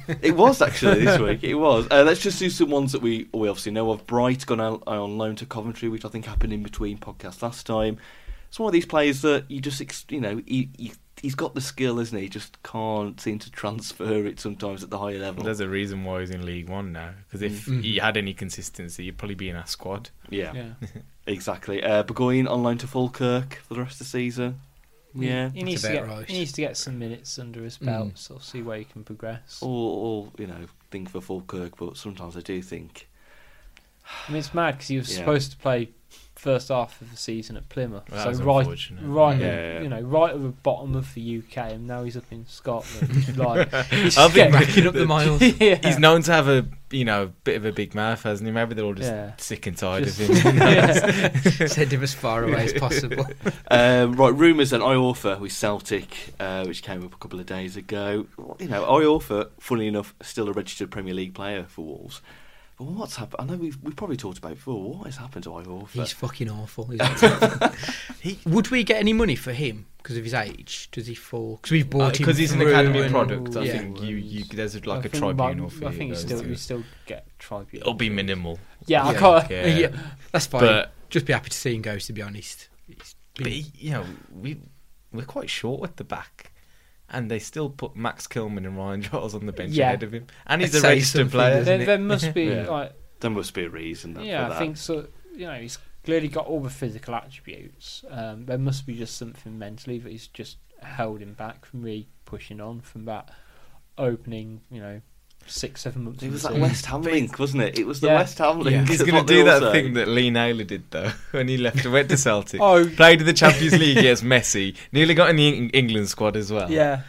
It was actually this week. It was. Uh, let's just do some ones that we we obviously know of. Bright gone on, on loan to Coventry, which I think happened in between podcasts last time. It's one of these players that you just ex- you know he, he he's got the skill, isn't he? He Just can't seem to transfer it sometimes at the higher level. There's a reason why he's in League One now. Because if Mm. he had any consistency, he'd probably be in our squad. yeah, yeah. exactly. Uh, Burgoyne on loan to Falkirk for the rest of the season. Mm. Yeah. he needs That's to about get right. he needs to get some minutes under his belt, so see where he can progress. All, all you know, thing for Falkirk, but sometimes I do think I mean, it's mad because he was Yeah. supposed to play first half of the season at Plymouth, Well, that was so right, unfortunate. right, Yeah. you know, right at the bottom of the UK, and now he's up in Scotland. like, he's I'll be scared. back. Picking up the miles. yeah. He's known to have a you know bit of a big mouth, hasn't he? Maybe they're all just Yeah. sick and tired Just- of him. yeah. Send him as far away as possible. Um, right, rumours then. Iorfa with Celtic, uh, which came up a couple of days ago. You know, Iorfa, funnily enough, still a registered Premier League player for Wolves. But what's happened? I know we've, we've probably talked about it before. What has happened to Iorfa? He's fucking awful. He's awful. He- would we get any money for him because of his age? Does he fall? Because we've bought him Because Uh, he's an through academy and- product. I yeah. think you, you there's I like a think we might- tribunal for I you think you guys still to- you still get tribunal. It'll be minimal. Yeah, I Yeah. can't. Yeah. Yeah. that's fine. But Just be happy to see him go. To be honest, He's but been- he- you know we we're quite short at the back. And they still put Max Kilman and Ryan Giles on the bench Yeah. ahead of him, and he's That a says registered something, player. doesn't There, it? there must be Yeah. like There must be a reason. that- Yeah, for I that. think so. You know, he's clearly got all the physical attributes. Um, there must be just something mentally that he's just held him back from really pushing on from that opening, you know, six, seven months. It of was the that season. West Ham link, wasn't it? It was the Yeah. West Ham link. Yeah. He's That's going what to they do all that say. thing that Lee Naylor did though when he left and went to Celtic. Oh, Played in the Champions League against Messi. Nearly got in the Eng- England squad as well. yeah.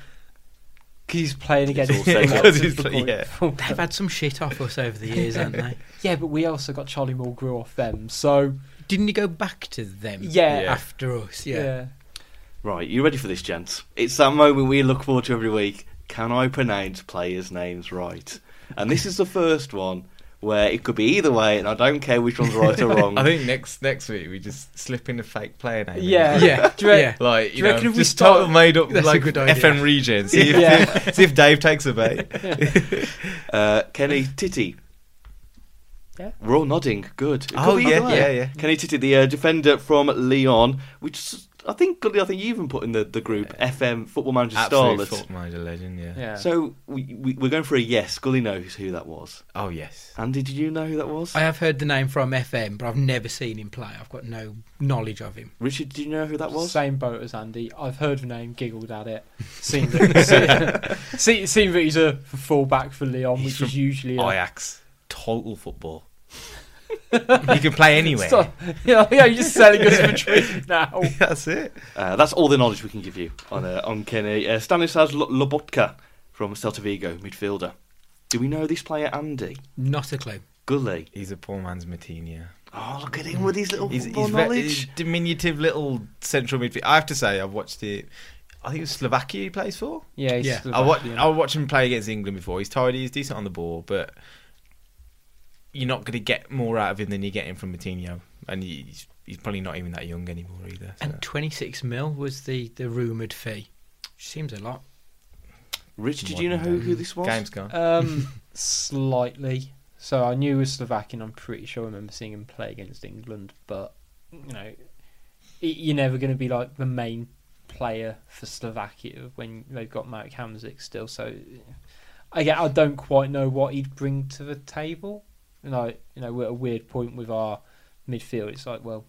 'Cause he's playing against also- lots of 'Cause he's good play- yeah. football. they've had some shit off us over the years, haven't they? Yeah, but we also got Charlie Mulgrew off them. So Didn't he go back to them? Yeah. Yeah. after us. yeah, Yeah, Right, you ready for this, gents? It's that moment we look forward to every week. Can I pronounce players' names right? And this is the first one where it could be either way, and I don't care which one's right or wrong. I think next next week we just slip in a fake player name. in. yeah, Yeah. Do you re- Yeah. Do Like, you you know, reckon if just we start- total made up That's a like good idea. FM region. See if, Yeah. see if Dave takes a bait. Uh, Kenny Titty. Yeah. We're all nodding. Good. It Oh, could be yeah, either way. yeah, yeah. Kenny Titty, the uh, defender from Leon, which s- I think, Goodley, I think you even put in the, the group FM Football Manager Absolute Starlet. thought minder legend, yeah. yeah. So we, we, we're going for a yes. Gully knows who that was. Oh, yes. Andy, did you know who that was? I have heard the name from FM, but I've never seen him play. I've got no knowledge of him. Richard, did you know who that was? Same boat as Andy. I've heard the name, giggled at it. Seen that, seen, seen that he's a fullback for Leon, He's which from is usually a, Ajax. Total football. he can play anywhere. Stop. Yeah, yeah, you're just selling us for trees now. That's it. Uh, that's all the knowledge we can give you on uh, on Kenny. Uh, Stanislas Lo- Lobotka from Celta Vigo, midfielder. Do we know this player, Andy? Not a clue. Gully. He's a poor man's Matinha. Oh, look at him with his little He's, football he's ve- knowledge. he's diminutive little central midfield. I have to say, I've watched it. I think it was Slovakia he plays for. Yeah, he's Yeah. Slovakian. I watch, I watch him play against England before. He's tidy, he's decent on the ball, but you're not going to get more out of him than you're getting from Matinho. And he's, he's probably not even that young anymore either. so. And 26 mil was the the rumoured fee. Which seems a lot. Rich, did you know Modern who, day. who this was? Game's Oh, gone. Um, slightly. So I knew he was Slovakian. I'm pretty sure I remember seeing him play against England, but you know, y- you're never going to be like the main player for Slovakia when they've got Marek Hamzik still. So I get I don't quite know what he'd bring to the table. And I, you know, we're at a weird point with our midfield. It's like, well,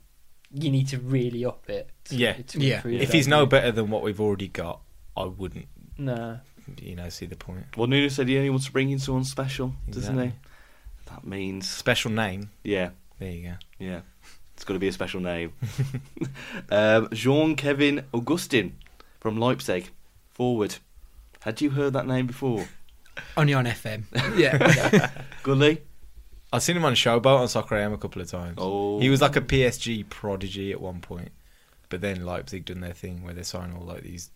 you need to really up it. to- Yeah. to Yeah. improve If that, he's no don't better than what we've already got, I wouldn't, you? no, you know, see the point. Well, Nuno said he only wants to bring in someone special, doesn't he? Exactly. That means, Special name. yeah, There you go. yeah. It's got to be a special name. um, Jean Kevin Augustin from Leipzig, forward. Had you heard that name before? Only on FM. Yeah. Gully? I've seen him on Showboat on Soccer AM a couple of times. Oh. He was like a PSG prodigy at one point, but then Leipzig done their thing where they sign all like these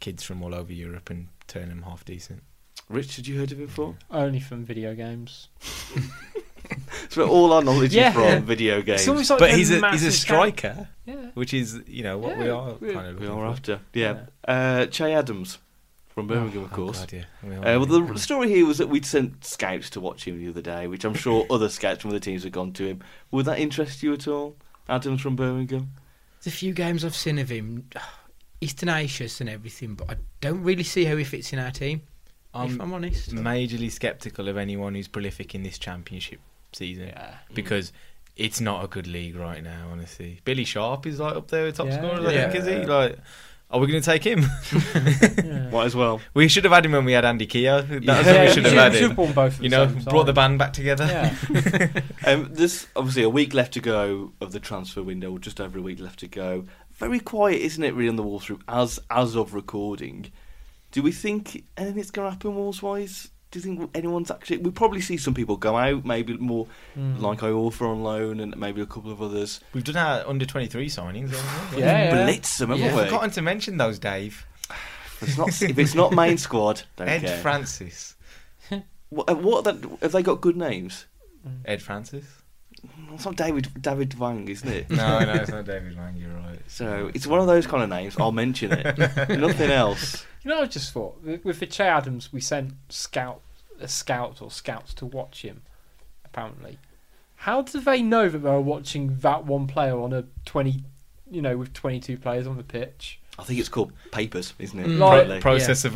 kids from all over Europe and turn them half decent. Richard, you heard of him before? Only from video games. It's where all our knowledge Yeah. is from video games. It's almost like but a he's a he's a massive striker, Yeah. which is you know what we Yeah, are we- kind of we looking are for. after. Yeah. Uh, Che Adams from Birmingham, of Oh, course. God, yeah. We are Uh, well, the really- r- story here was that we'd sent scouts to watch him the other day, which I'm sure other scouts from other teams had gone to him. Would that interest you at all? Adams from Birmingham. The few games I've seen of him, he's tenacious and everything, but I don't really see how he fits in our team. if I'm I'm honest, majorly sceptical of anyone who's prolific in this championship season Yeah. because it's not a good league right now. Honestly, Billy Sharp is like up there, top Yeah. scorer. I Yeah. think is he? Like, are we going to take him? yeah. Might as well. We should have had him when we had Andy Keogh. That's Yeah, what we we should should- have had we him. should've worn both at You the know, same brought the time. band back together. Yeah. Um, there's obviously a week left to go of the transfer window, or just over a week left to go. Very quiet, isn't it, really, on the Wolves group as as of recording? Do we think anything's going to happen Wolves wise? Do you think anyone's actually? We probably see some people go out, maybe more Mm. like Iorfa on loan, and maybe a couple of others. We've done our under twenty three signings. haven't we? Yeah, yeah. Blitz them, haven't I've we? forgotten to mention those, Dave. If it's not, if it's not main squad, don't Ed care. Francis. what, uh, what are the- have they got good names? Ed Francis. It's not David David Wang, isn't it? No, no, it's not David Lang. You're right. So it's one of those kind of names. I'll mention it. Nothing else. You know, I just thought with with the Che Adams, we sent scout a scout or scouts to watch him. Apparently, how do they know that they were watching that one player on a twenty, you know, with twenty-two players on the pitch? I think it's called papers, isn't it? Mm. Like- Probably. process of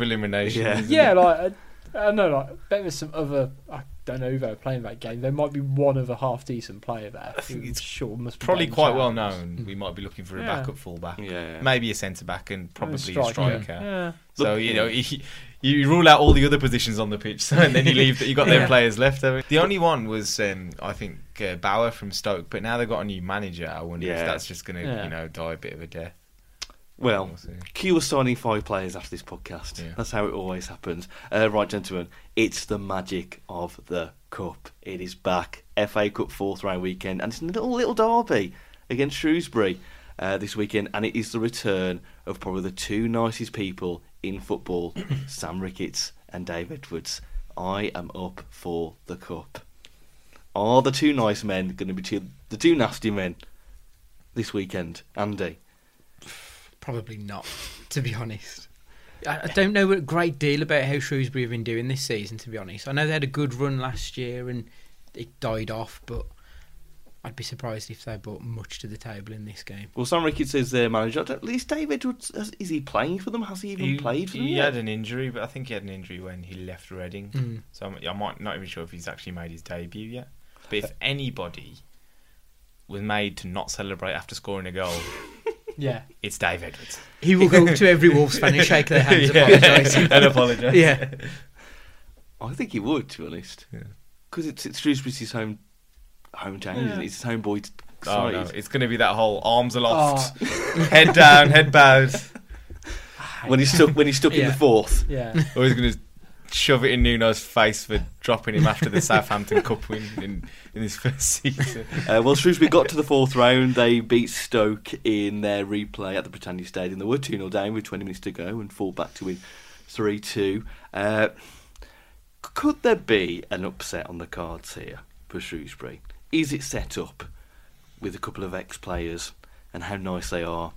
elimination. Yeah. isn't Yeah, it? like I, I don't know, like bet there's some other. I don't know who they were playing that game. There might be one other half decent player there. think who it's sure must be probably Ben quite Che well Adams. known. We might be looking for a Yeah. backup fullback, yeah. maybe a centre back, and probably And a a striker. striker. Yeah. So you know, you, you rule out all the other positions on the pitch, so, and then you leave. You got their Yeah. players left. haven't you? The only one was, um, I think, uh, Bauer from Stoke. But now they've got a new manager. I wonder if Yeah. that's just going to, Yeah. you know, die a bit of a death. Well, We'll see. Q was signing E five players after this podcast. Yeah. That's how it always happens. Uh, right, gentlemen, it's the magic of the cup. It is back. FA Cup fourth round weekend, and it's a little little derby against Shrewsbury uh, this weekend, and it is the return of probably the two nicest people in football, Sam Ricketts and Dave Edwards. I am up for the cup. Are the two nice men going to be two, the two nasty men this weekend, Andy? probably not. To be honest, I, I don't know a great deal about how Shrewsbury have been doing this season. To be honest, I know they had a good run last year and it died off, but I'd be surprised if they brought much to the table in this game. Well, Sam Ricketts is their manager. At least David Edwards has- is he playing for them? Has he even He, played for them? he yet? had an injury, but I think he had an injury when he left Reading. Mm. So I'm, I'm not, not even sure if he's actually made his debut yet. But Uh, if anybody was made to not celebrate after scoring a goal, Yeah. it's Dave Edwards. He will go up to every Wolves fan and shake their hands. Yeah. apologise. and apologise. yeah. I think he would, to be honest, Yeah. because it's, it's Shrewsbury's his home hometown, isn't it? It's his home boy t- Oh, no. side. It's going to be that whole arms aloft, Oh. head down, head bowed. When he's stuck, when he's stuck in the Yeah. fourth, Yeah. Or he's going to shove it in Nuno's face for dropping him after the Southampton Cup win in, in his first season. uh, well, Shrewsbury got to the fourth round. They beat Stoke in their replay at the Britannia Stadium. They were two 0 down with twenty minutes to go and fall back to win three two. Uh, could there be an upset on the cards here for Shrewsbury? Is it set up with a couple of ex players and how nice they are,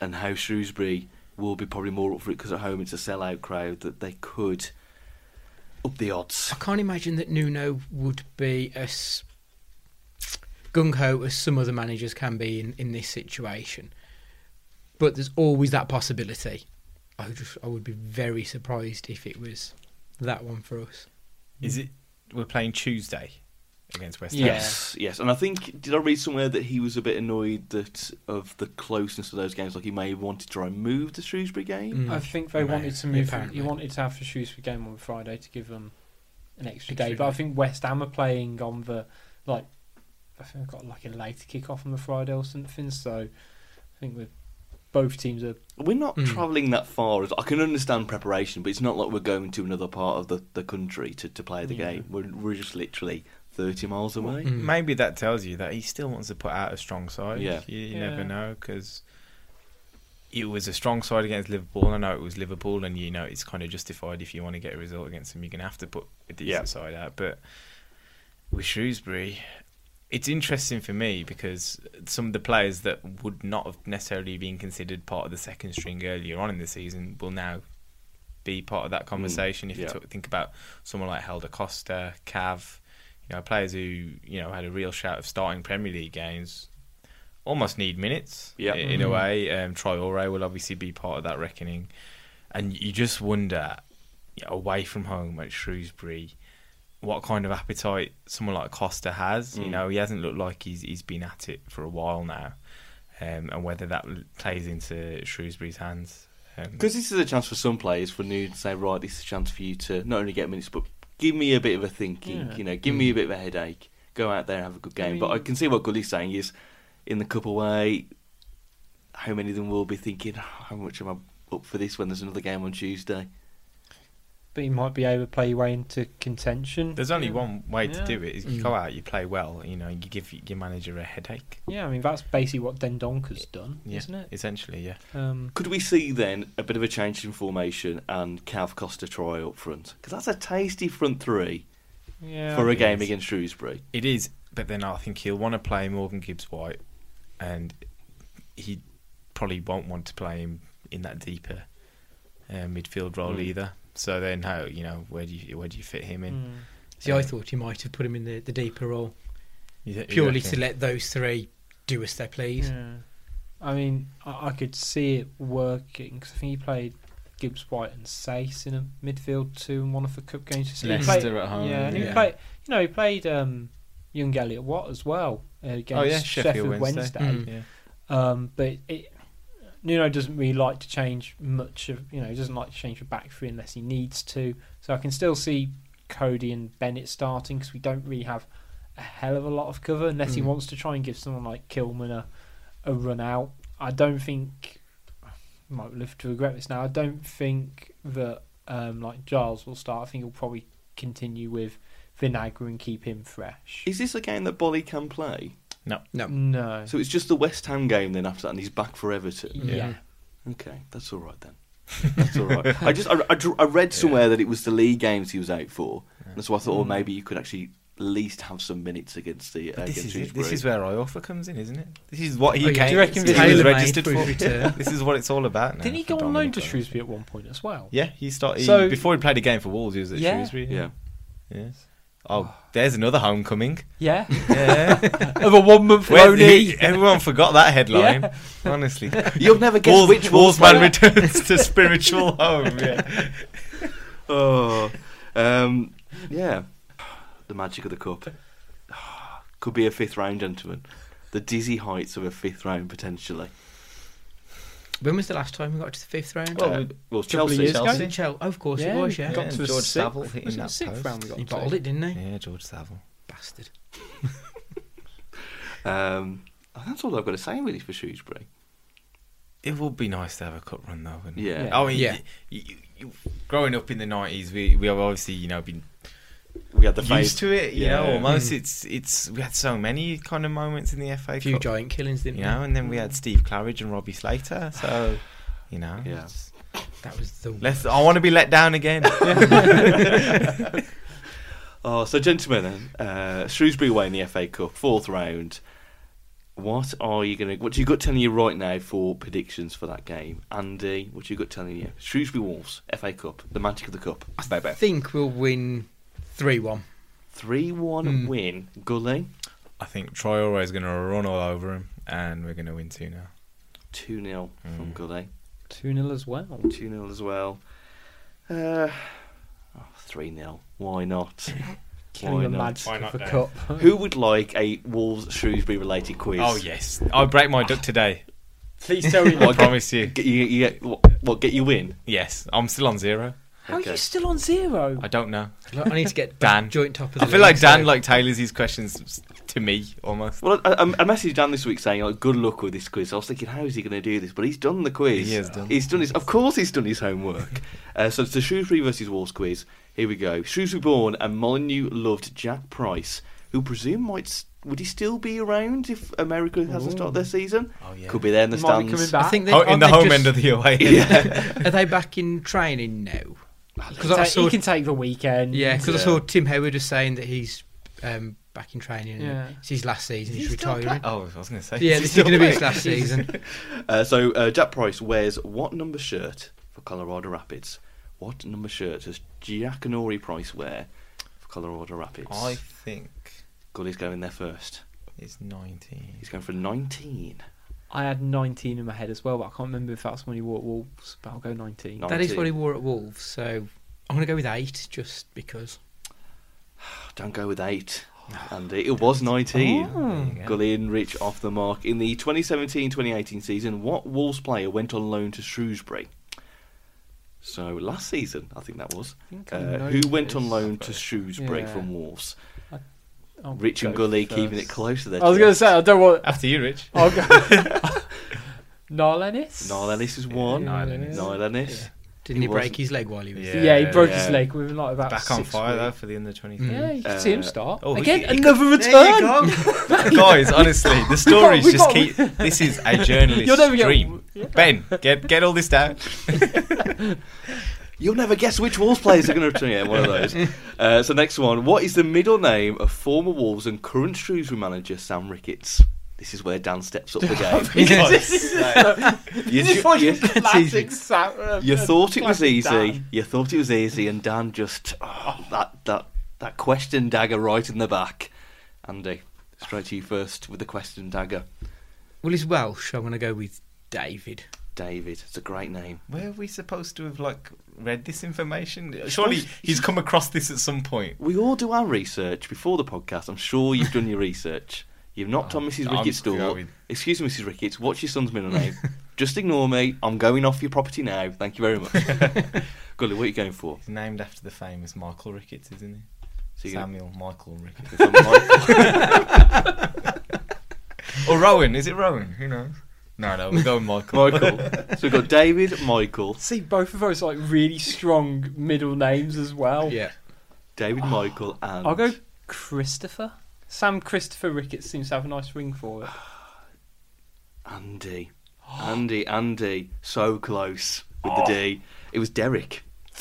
and how Shrewsbury will be probably more up for it because at home it's a sellout crowd that they could up the odds? I can't imagine that Nuno would be as gung ho as some other managers can be in, in this situation. But there's always that possibility. I just I would be very surprised if it was that one for us. Is it? We're playing Tuesday against West Ham. Yeah. Yes, yes, and I think did I read somewhere that he was a bit annoyed that of the closeness of those games, like he may have wanted to remove the Shrewsbury game. Mm. I think they Right. wanted to move. Apparently. He wanted to have the Shrewsbury game on Friday to give them an extra day. Extra But I day. think West Ham are playing on the like. I think I've got like a later kick off on the Friday or something. So I think we're, both teams are. We're not Mm. travelling that far. I can understand preparation, but it's not like we're going to another part of the, the country to, to play the Yeah. game. We're, we're just literally thirty miles away. Mm. Maybe that tells you that he still wants to put out a strong side. Yeah. You, you Yeah. never know because it was a strong side against Liverpool. I know it was Liverpool, and you know it's kind of justified if you want to get a result against them, you're going to have to put a decent Yeah. side out. But with Shrewsbury, it's interesting for me because some of the players that would not have necessarily been considered part of the second string earlier on in the season will now be part of Hmm. that conversation. if yeah. you talk, think about someone like Helder Costa, Cav, you know, players who you know had a real shout of starting Premier League games, almost need minutes. Yeah. i- in a Mhm. way, um, Traore will obviously be part of that reckoning, and you just wonder, you know, away from home at Shrewsbury. What kind of appetite someone like Costa has? You Mm. know, he hasn't looked like he's he's been at it for a while now, um, and whether that l- plays into Shrewsbury's hands. Um, Because this is a chance for some players for Nude to say, right, this is a chance for you to not only get minutes, but give me a bit of a thinking. Yeah. You know, give me a bit of a headache. Go out there and have a good game. but I mean- can see what Gully's saying is, in the cup away, how many of them will be thinking, how much am I up for this when there's another game on Tuesday? But you might be able to play your way into contention. There's only Yeah. one way to Yeah. do it: is you Mm. go out, you play well, you know, you give your manager a headache. Yeah, I mean that's basically what Dendonka's done, Yeah, isn't it? Essentially, yeah. Um, Could we see then a bit of a change in formation and Cav Costa Troy up front? Because that's a tasty front three yeah. for a it game is. against Shrewsbury. It is, but then I think he'll want to play Morgan Gibbs White, and he probably won't want to play him in that deeper uh, midfield role Mm. either. So then, how you know where do you where do you fit him in? Mm. See, I thought he might have put him in the, the deeper role You th- you purely reckon? to let those three do as they please. Yeah. I mean, I, I could see it working because I think he played Gibbs White and Sace in a midfield two and one of the cup games. this season. He played- Leicester at home, Yeah, and he yeah. played. You know, he played um, young Elliot Watt as well uh, against Oh yeah, Sheffield, Wednesday. Mm. Yeah. Um, but it, Nuno doesn't really like to change much of. You know, he doesn't like to change the back three unless he needs to. So I can still see Cody and Bennett starting because we don't really have a hell of a lot of cover unless he Mm. wants to try and give someone like Kilman a, a run out. I don't think I might live to regret this now. I don't think that um, like Giles will start. I think he'll probably continue with Vinagre and keep him fresh. Is this a game that Bolly can play? No. So it's just the West Ham game then after that, and he's back for Everton. yeah. Yeah. Okay, that's all right then. That's all right. I just I, I, dr- I read somewhere that it was the league games he was out for. Yeah. That's why I thought, well, Mm. maybe you could actually at least have some minutes against the uh, But this against is it. Shrewsbury. this is where Iorfa comes in, isn't it? This is what he Oh, yeah. came. Do you reckon he this was is- registered tailor-made for for. his return? this is what it's all about. Now Didn't he for go on loan Dominic to Iorfa. Shrewsbury at one point as well? Yeah, he started he- So- before he played a game for Wolves. He was at Yeah. Shrewsbury. yeah. Yeah. Oh, there's another homecoming. Yeah. Yeah. of a one month Where- loanee. everyone forgot that headline. Honestly. You'll never guess Wolves, which Wolves Wolves man player. returns to spiritual home. Yeah. Oh, um, yeah. The magic of the cup could be a fifth round, gentlemen. The dizzy heights of a fifth round potentially. When was the last time we got to the fifth round? Well, uh, well Chelsea. years ago. Was it Chel- Oh, of course it was, yeah. we Yeah, Got to a George sixth- Savile hitting was it that a sixth post. round we got He to? bottled it, didn't he? Yeah, George Savile. Bastard. Um, that's all I've got to say really for Shrewsbury. It would be nice to have a cup run though. Wouldn't Yeah. It? I mean, Yeah. You, you, you, growing up in the nineties, we we have obviously you know been We had the used phase. to it. You know, Yeah. almost Mm. it's it's we had so many kind of moments in the FA A few Cup. giant killings, didn't you know, and then we had Steve Claridge and Robbie Slater. So, you know, Yeah. it's- we? That was the Let's. I want to be let down again. Oh, so gentlemen, then uh, Shrewsbury away in the FA Cup, fourth round. What are you going to? What you got telling you right now for predictions for that game, Andy? What you got telling you? Shrewsbury Wolves FA Cup, the magic of the cup, I think we'll win 3 1. three one Hmm. win. Gully I think Troy always going to run all over him, and we're going to win two now. two 0 from Hmm. Gully, 2 0 as well. two 0 as well. Uh, oh, three 0 Why not? Killing the not? magic Why of not, the Dave? cup. Who would like a Wolves Shrewsbury related quiz? Oh yes, I'll break my duck today. Please tell me. I promise you. Get you, you get, what, what? Get you in? Yes, I'm still on zero. How are Okay. you still on zero? I don't know. I need to get Dan. back joint top of the I feel like league, Dan so- like tailors these questions to me almost. Well, I, I, I messaged Dan this week saying, like, good luck with this quiz. I was thinking, how is he going to do this? But he's done the quiz. He has done He's done his, of course he's done his homework. uh, so it's the Shrewsbury versus Wolves quiz. Here we go. Shrewsbury born and Molyneux loved Jack Price, who presume might s- would he still be around if America hasn't started their season? Oh, yeah. Could be there in the He might be stands. coming I back. think they, Oh, in aren't the they home just- end of the away. Are they back in training now? He Because ta- I saw, he can take the weekend. yeah, because I Yeah. saw Tim Hayward was saying that he's um, back in training. Yeah. and It's his last season. Is He's he still retiring. Oh, I was going to say. Yeah, Is he this is still going to be his playing? last season. Uh, so uh, Jack Price wears what number shirt for Colorado Rapids? What number shirt does Giaconori Price wear for Colorado Rapids? I think Gully's going there first. it's 19. He's going for 19. I had 19 in my head as well, but I can't remember if that's when he wore at Wolves. But I'll go 19. No. That is 19. what he wore at Wolves. So I'm going to go with eight, just because. Oh, Don't go with 8, Andy. It was 19. Oh. There you go. Gully and Rich off the mark. In the 2017 2018 season, what Wolves player went on loan to Shrewsbury? So last season, I think that was. think I Uh, know who went on this. loan to Shrewsbury Yeah. from Wolves? I'll Rich and go Gully first. keeping it close to their I was going to chest. say I don't want. After you, Rich. I'll go. Niall Ennis? Niall Ennis is Yeah, one. Niall Ennis. Niall Ennis. Didn't He he, break wasn't- his leg while he was? Yeah. there? Yeah, he broke his yeah. leg within like about Back on six fire, though, weeks. Mm. for the under 23. Yeah, you can see him Uh, start oh, he- again. he- another return. There you go. Guys, honestly, the stories we just got- keep. This is a journalist's You'll never get- dream. Ben, get get all this down. You'll never guess which Wolves players are going to return. Yeah, one of those. Uh, so next one. What is the middle name of former Wolves and current Shrewsbury manager Sam Ricketts? This is where Dan steps up the game. you, This is ju- fucking you- classic Sam- uh, you thought it was classic easy. Dan. You thought it was easy, and Dan just oh, that that that question dagger right in the back. Andy, straight to you first with the question dagger. Well, he's Welsh. so I'm going to go with David. David, it's a great name. Where are we supposed to have like read this information? Surely he's come across this at some point. We all do our research before the podcast. I'm sure you've done your research. You've knocked on Mrs. I'm Ricketts' door. going. Excuse me, Mrs. Ricketts, what's your son's middle name? Just ignore me. I'm going off your property now. Thank you very much. Gully, what are you going for? He's named after the famous Michael Ricketts, isn't So he? you're Samuel Michael Ricketts. gonna go for Michael? or Rowan? Is it Rowan? Who knows? No, no, we're going Michael. Michael. So we've got David, Michael, See, both of those like really strong middle names as Oh, well. Yeah. David, Michael, and I'll go Christopher. Sam Christopher Ricketts seems to have a nice ring for it. Andy. Andy, Andy, so close with the D. It was Derek.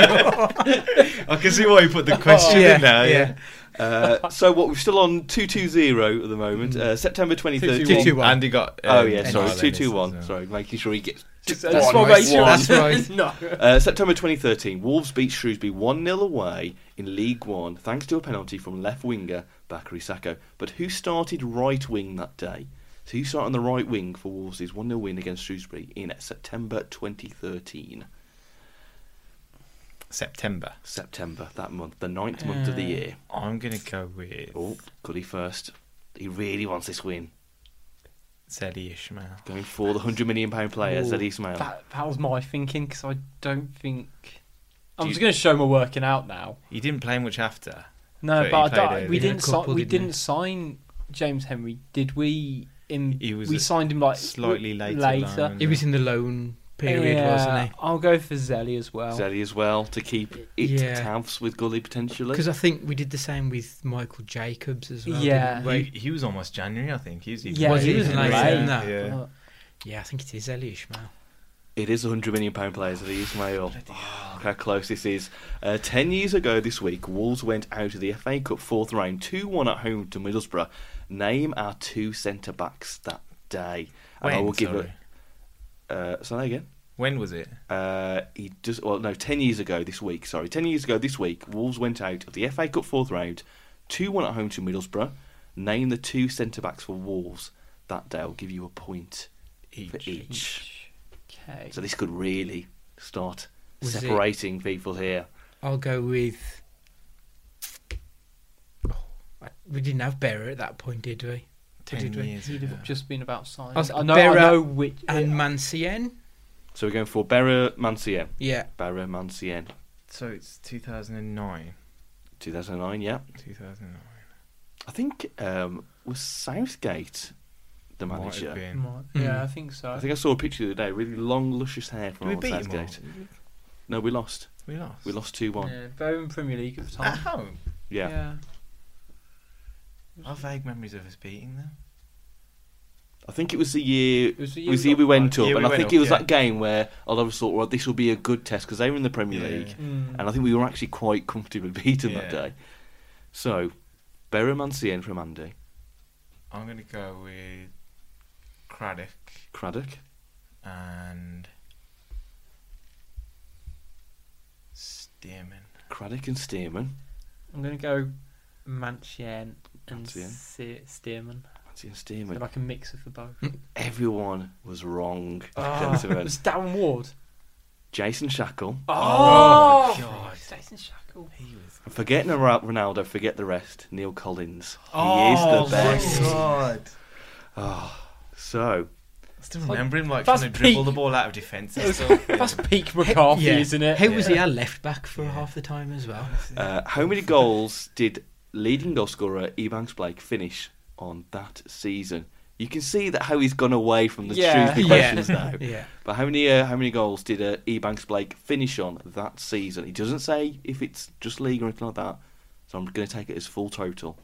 I can see why you put the Oh, question Oh, Yeah, in there. Yeah. yeah. Uh, so what we're still on two two zero at the moment. Uh, September twenty third. 221. Two-two-one. Andy got. Oh um, yeah, an sorry, island two two as one. well. Sorry, making sure he gets. Just, That's just wanna right. make sure- That's right. no. Uh, September 2013, Wolves beat Shrewsbury 1 0 away in League One thanks to a penalty from left winger Bakary Sacco. But who started right wing that day? So who started on the right wing for Wolves' 1 0 win against Shrewsbury in September 2013? September. September, that month, the ninth month Uh, of the year. I'm gonna go with Oh, Goody first. He really wants this win. Zeddy Ishmael. Going for the £100 million player, Ooh, Zed Ismail. That, that was my thinking because I don't think. Do I'm you- just going to show my working out now. He didn't play much after. No, but But he I played don't, we He a- had a didn't. si- couple, we didn't he? didn't sign James Henry, did we? In He was we a signed him like slightly later loan. He was in the loan period, Yeah, wasn't he? I'll go for Zelly as well. Zeddy as well to keep it Yeah. tabs with Gully potentially. Because I think we did the same with Michael Jacobs as well. didn't Yeah. we? He, he was almost January, I think. He was. even Yeah, Was he he? was Yeah. late. Yeah. that. Yeah. But- Yeah, I think it is Eli Ishmael. It is a hundred million pound player to the Ismail. Oh, look how close this is. Uh, Ten years ago this week, Wolves went out of the FA Cup fourth round, two one at home to Middlesbrough. Name our two centre backs that day, and When, I will give sorry. it. Uh, say that again. When was it? Uh, he does well. No, ten years ago this week. Sorry, ten years ago this week, Wolves went out of the FA Cup fourth round, two one at home to Middlesbrough. Name the two centre backs for Wolves that day. I'll give you a point for each. Okay. So this could really start Was it- separating people here. I'll go with. oh, I- We didn't have Berra at that point, did we? Ten did we- years He'd ago. have just been about signed. I was- I know. I Berra know which. And Mancien? So we're going for Berra Mancien. Yeah. Berra Mancien. So it's 2009. 2009, yeah. 2009. I think um, was Southgate the Might have manager. been. Might- Mm. Yeah, I think so. I think I saw a picture the other day, really long, luscious hair Did from we old beat him? Southgate. all? No, we lost. We lost. We lost 2 1. Yeah, they were in Premier League at the At time. home. Yeah. yeah. I have vague memories of us beating them. I think it was the year. It was was the the year year, we got we went up, fired. Yeah, we and I went think up, it was yeah. that game where a lot of us thought, "Well, this will be a good test" because they were in the Premier Yeah. League, Mm. and I think we were actually quite comfortably beaten that Yeah. day. So, Berromancien from Andy I'm gonna go with Craddock Craddock. and Stearman. Craddock and Stearman. I'm going to go Manchien and Manchien. Se- Stearman. Mancien Stearman. They're like a mix of the both. Hmm. Everyone was wrong. Ah, That's about- it's Darren Ward. Jason Shackle. Oh, God. Jason Shackle. He was. Forget Nora- Ronaldo, forget the rest. Neil Collins. He oh is the best. my god! So, I still remember him like that's trying to dribble peak. the ball out of defence and stuff. That's peak McCarthy, Yeah. isn't it? How was he Yeah. our left back for half the time as well? uh, how many goals did leading goal scorer Ebanks Blake finish on that season? You can see that how he's gone away from the Yeah. Tuesday Yeah. questions now. Yeah. But how many uh, how many goals did uh, Ebanks Blake finish on that season? He doesn't say if it's just league or anything like that. So I'm going to take it as full total.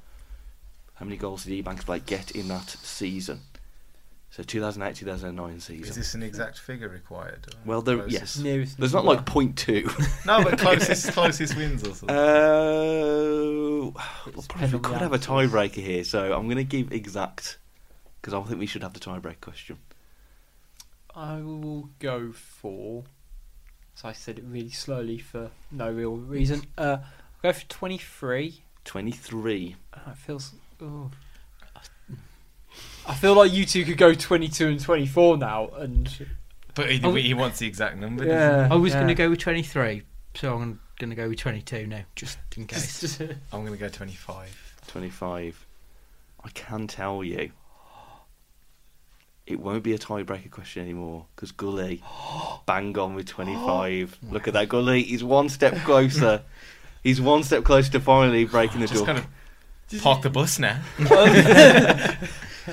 How many goals did Ebanks Blake get in that season? So 2008-2009 season. Is this an exact figure required? or Well, there, closest? yes. Nearest There's not number. like point two. No, but closest closest wins or something. Uh, well, probably depends we on the could have a answers. tiebreaker here, so I'm going to give exact because I think we should have the tiebreak question. I will go for. So I said it really slowly for no real reason. Uh, I'll go for 23. Twenty-three. Oh, it feels. Oh. I feel like you two could go 22 and 24 now, and but he, Oh. he wants the exact number. doesn't he? yeah, I was yeah. going to go with 23, so I'm going to go with 22 now, just in case. Just- just- I'm gonna go 25. Twenty-five. I can tell you, it won't be a tiebreaker question anymore because Gully bang on with twenty-five. Look at that, Gully. He's one step closer. He's one step closer to finally breaking the Just door. kind of park the bus now.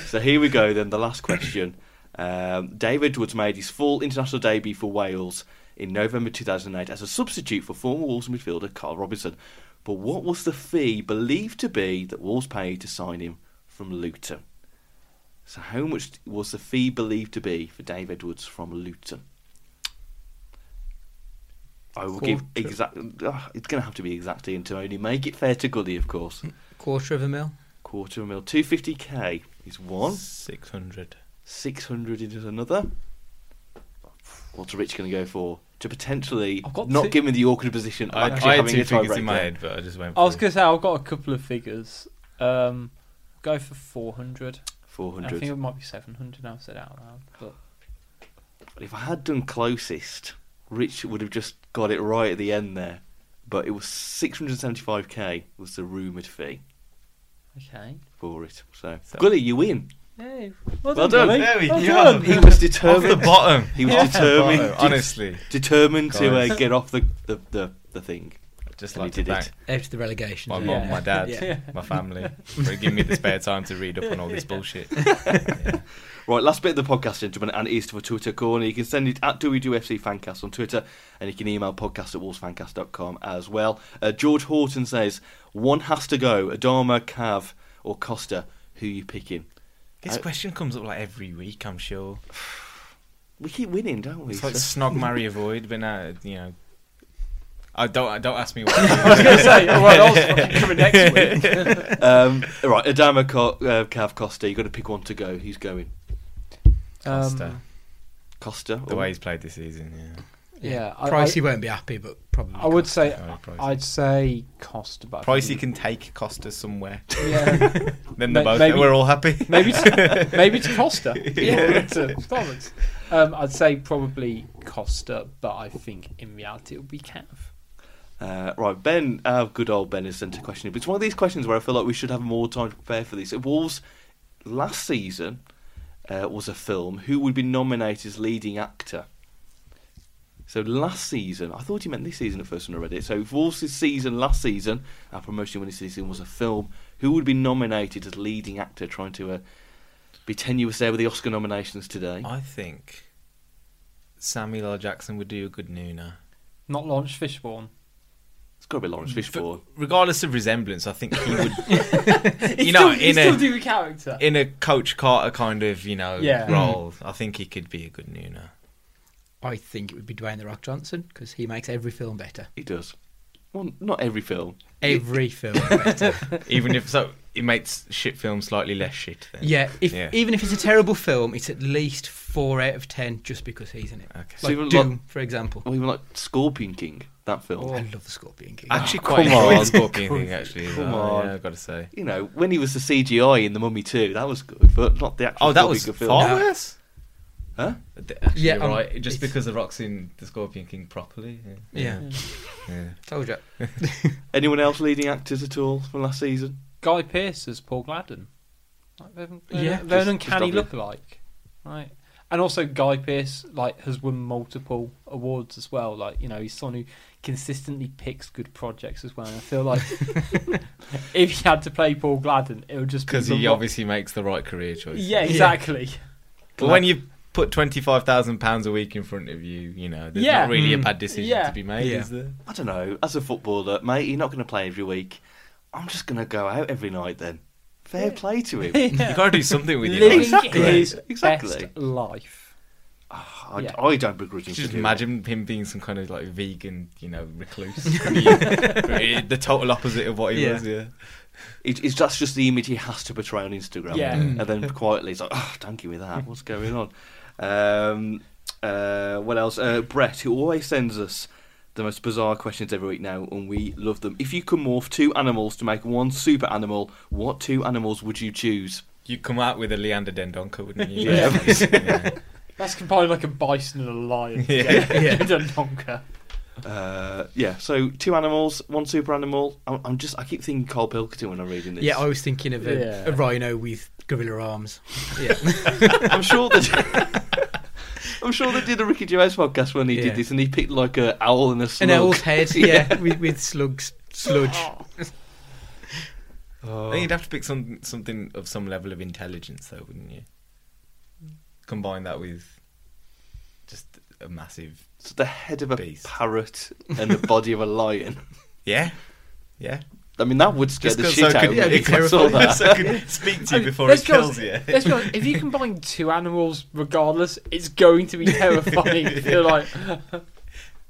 So here we go then, the last question. Um, David Woods made his full international debut for Wales in November 2008 as a substitute for former Wolves midfielder Carl Robinson. But what was the fee believed to be that Wolves paid to sign him from Luton? So how much was the fee believed to be for David Woods from Luton? I will give Quarter. exact. ah, it's going to have to be exactly and to only make it fair to Gully, of course. Quarter of a mil. Quarter of a mil, two fifty k is one. 600. 600 is another. What's Rich going to go for? To potentially I've got not two- give him the awkward position of I, actually I had having two a figures in my tiebreaker. head, but I just went. I was for- going to say I've got a couple of figures. Um, go for 400. I 400. think it might be 700. Now I've said it out loud, but If I had done closest, Rich would have just got it right at the end there. But it was 675k was the rumoured fee okay. for it. So, So- Gully, you win. Hey, Well done. Billy. There we Well go. done. He was Off the determined. bottom. He was Off the determined. bottom, Honestly, Determined to uh, Guys. get off the, the, the, the thing. just And like he to did thank it. Out of the relegation. my zone. mom, my dad, Yeah. my family for giving me the spare time to read up on all this bullshit. Right, last bit of the podcast, gentlemen, and it is for Twitter Corner. You can send it at WWFC Fancast on Twitter, and you can email podcast at wolvesfancast.com as well. Uh, George Horton says, one has to go, Adama, Cav, or Costa. Who you picking? This I- question comes up like every week, I'm sure. We keep winning, don't we? It's like So- snog, marry, avoid, but now you know. I don't. I don't ask me what. I was going to say, all right, I was fucking coming next week. um, right, Adama, Co- uh, Cav, Costa. You've got to pick one to go. Who's going? Um, Costa. Costa? the or- way he's played this season, yeah. yeah, I- Pricey I, won't be happy, but probably. I would say Oh, Pricey. I'd say cost about Pricey can take Costa somewhere. Yeah, Then they're Ma- both. maybe- we're all happy. maybe to, maybe to Costa. Yeah. Or to Starbucks. uh, Um, I'd say probably Costa, but I think in reality it'll be Cav. Uh, right, Ben, our good old Ben has sent a question. But it's one of these questions where I feel like we should have more time to prepare for this. Wolves last season uh, was a film. Who would be nominated as leading actor? So last season, I thought he meant this season at first when I read it. So if Wolves' season last season, our promotion winning season was a film. Who would be nominated as leading actor? Trying to uh, be tenuous there with the Oscar nominations today. I think Samuel L. Jackson would do a good Nuna. Not Lawrence Fishburne. It's got to be Lawrence Mm, Fishburne. Regardless of resemblance, I think he would, He's you still, know, he's in still a doing the character. in a Coach Carter kind of you know Yeah. role. I think he could be a good Nuno. I think it would be Dwayne the Rock Johnson because he makes every film better. He does. Well, not every film. Every film better. Even if so, it makes shit films slightly less shit. Then. Yeah, if, Yeah. even if it's a terrible film, it's at least four out of ten just because he's in it. Okay. So Like even Doom, like- for example. Well, even like Scorpion King, that film. Oh, Oh. I love the Scorpion King. Actually, Oh, quite come enjoyed on. the Scorpion thing actually. as Come well, on. yeah, I've got to say. You know, when he was the CGI in The Mummy 2, that was good, but not the actual Oh, that Scorpion was King far film. worse. Huh? Th- Actually, Yeah, yeah, um, right. Just it's- because the Rock's in the Scorpion King properly. yeah. yeah. Told you. Anyone else leading actors at all from last season? Guy Pearce as Paul Gladden. Like, they're, they're, Yeah. they're an Just- just uncanny obvious. lookalike, right? And also, Guy Pearce like has won multiple awards as well. Like you know, he's someone who consistently picks good projects as well. And I feel like if he had to play Paul Gladden, it would just be Because the he Rock. obviously makes the right career choice. yeah, exactly. But when you put twenty five thousand pounds a week in front of you, you know, there's Yeah. not really a Mm. bad decision Yeah. to be made, Yeah. is there? I don't know. As a footballer, mate, you're not going to play every week. I'm just going to go out every night then. Fair play to him. You gotta do something with your Living life. Exactly. his Exactly. best life. I, Yeah. I don't begrudge him. for Just doing imagine him being some kind of like vegan, you know, recluse. the, the total opposite of what he Yeah. was. Yeah. it. It- it's, that's just the image he has to portray on Instagram. Yeah. Mm. And then quietly, he's like, oh, thank you with that. What's going on? Um, uh, what else? Uh, Brett, who always sends us the most bizarre questions every week now, and we love them. If you could morph two animals to make one super animal, what two animals would you choose? You'd come out with a Leander Dendonka, wouldn't you? Yeah. yeah. That's combined like a bison and a lion. Yeah. And a donker. Uh, yeah, so two animals, one super animal. I'm, I'm just, I keep thinking Carl Pilkington when I'm reading this. Yeah, I was thinking of a, Yeah. a rhino with gorilla arms. Yeah. I'm sure that. I'm sure they did a Ricky Gervais podcast when he Yeah. did this, and he picked like a owl and a slug. An owl's head, yeah, with, with slugs, sludge. I think you'd have to pick some something of some level of intelligence, though, wouldn't you? Combine that with just a massive. So the head of a Beast. parrot and the body of a lion. Yeah. Yeah. I mean, that would scare Just the 'cause shit so out could- of yeah, me. it'd be if I saw terrifying. that. So I could speak to you before Let's it be kills honest- you. Let's be honest, if you combine two animals, regardless, it's going to be terrifying. You're like,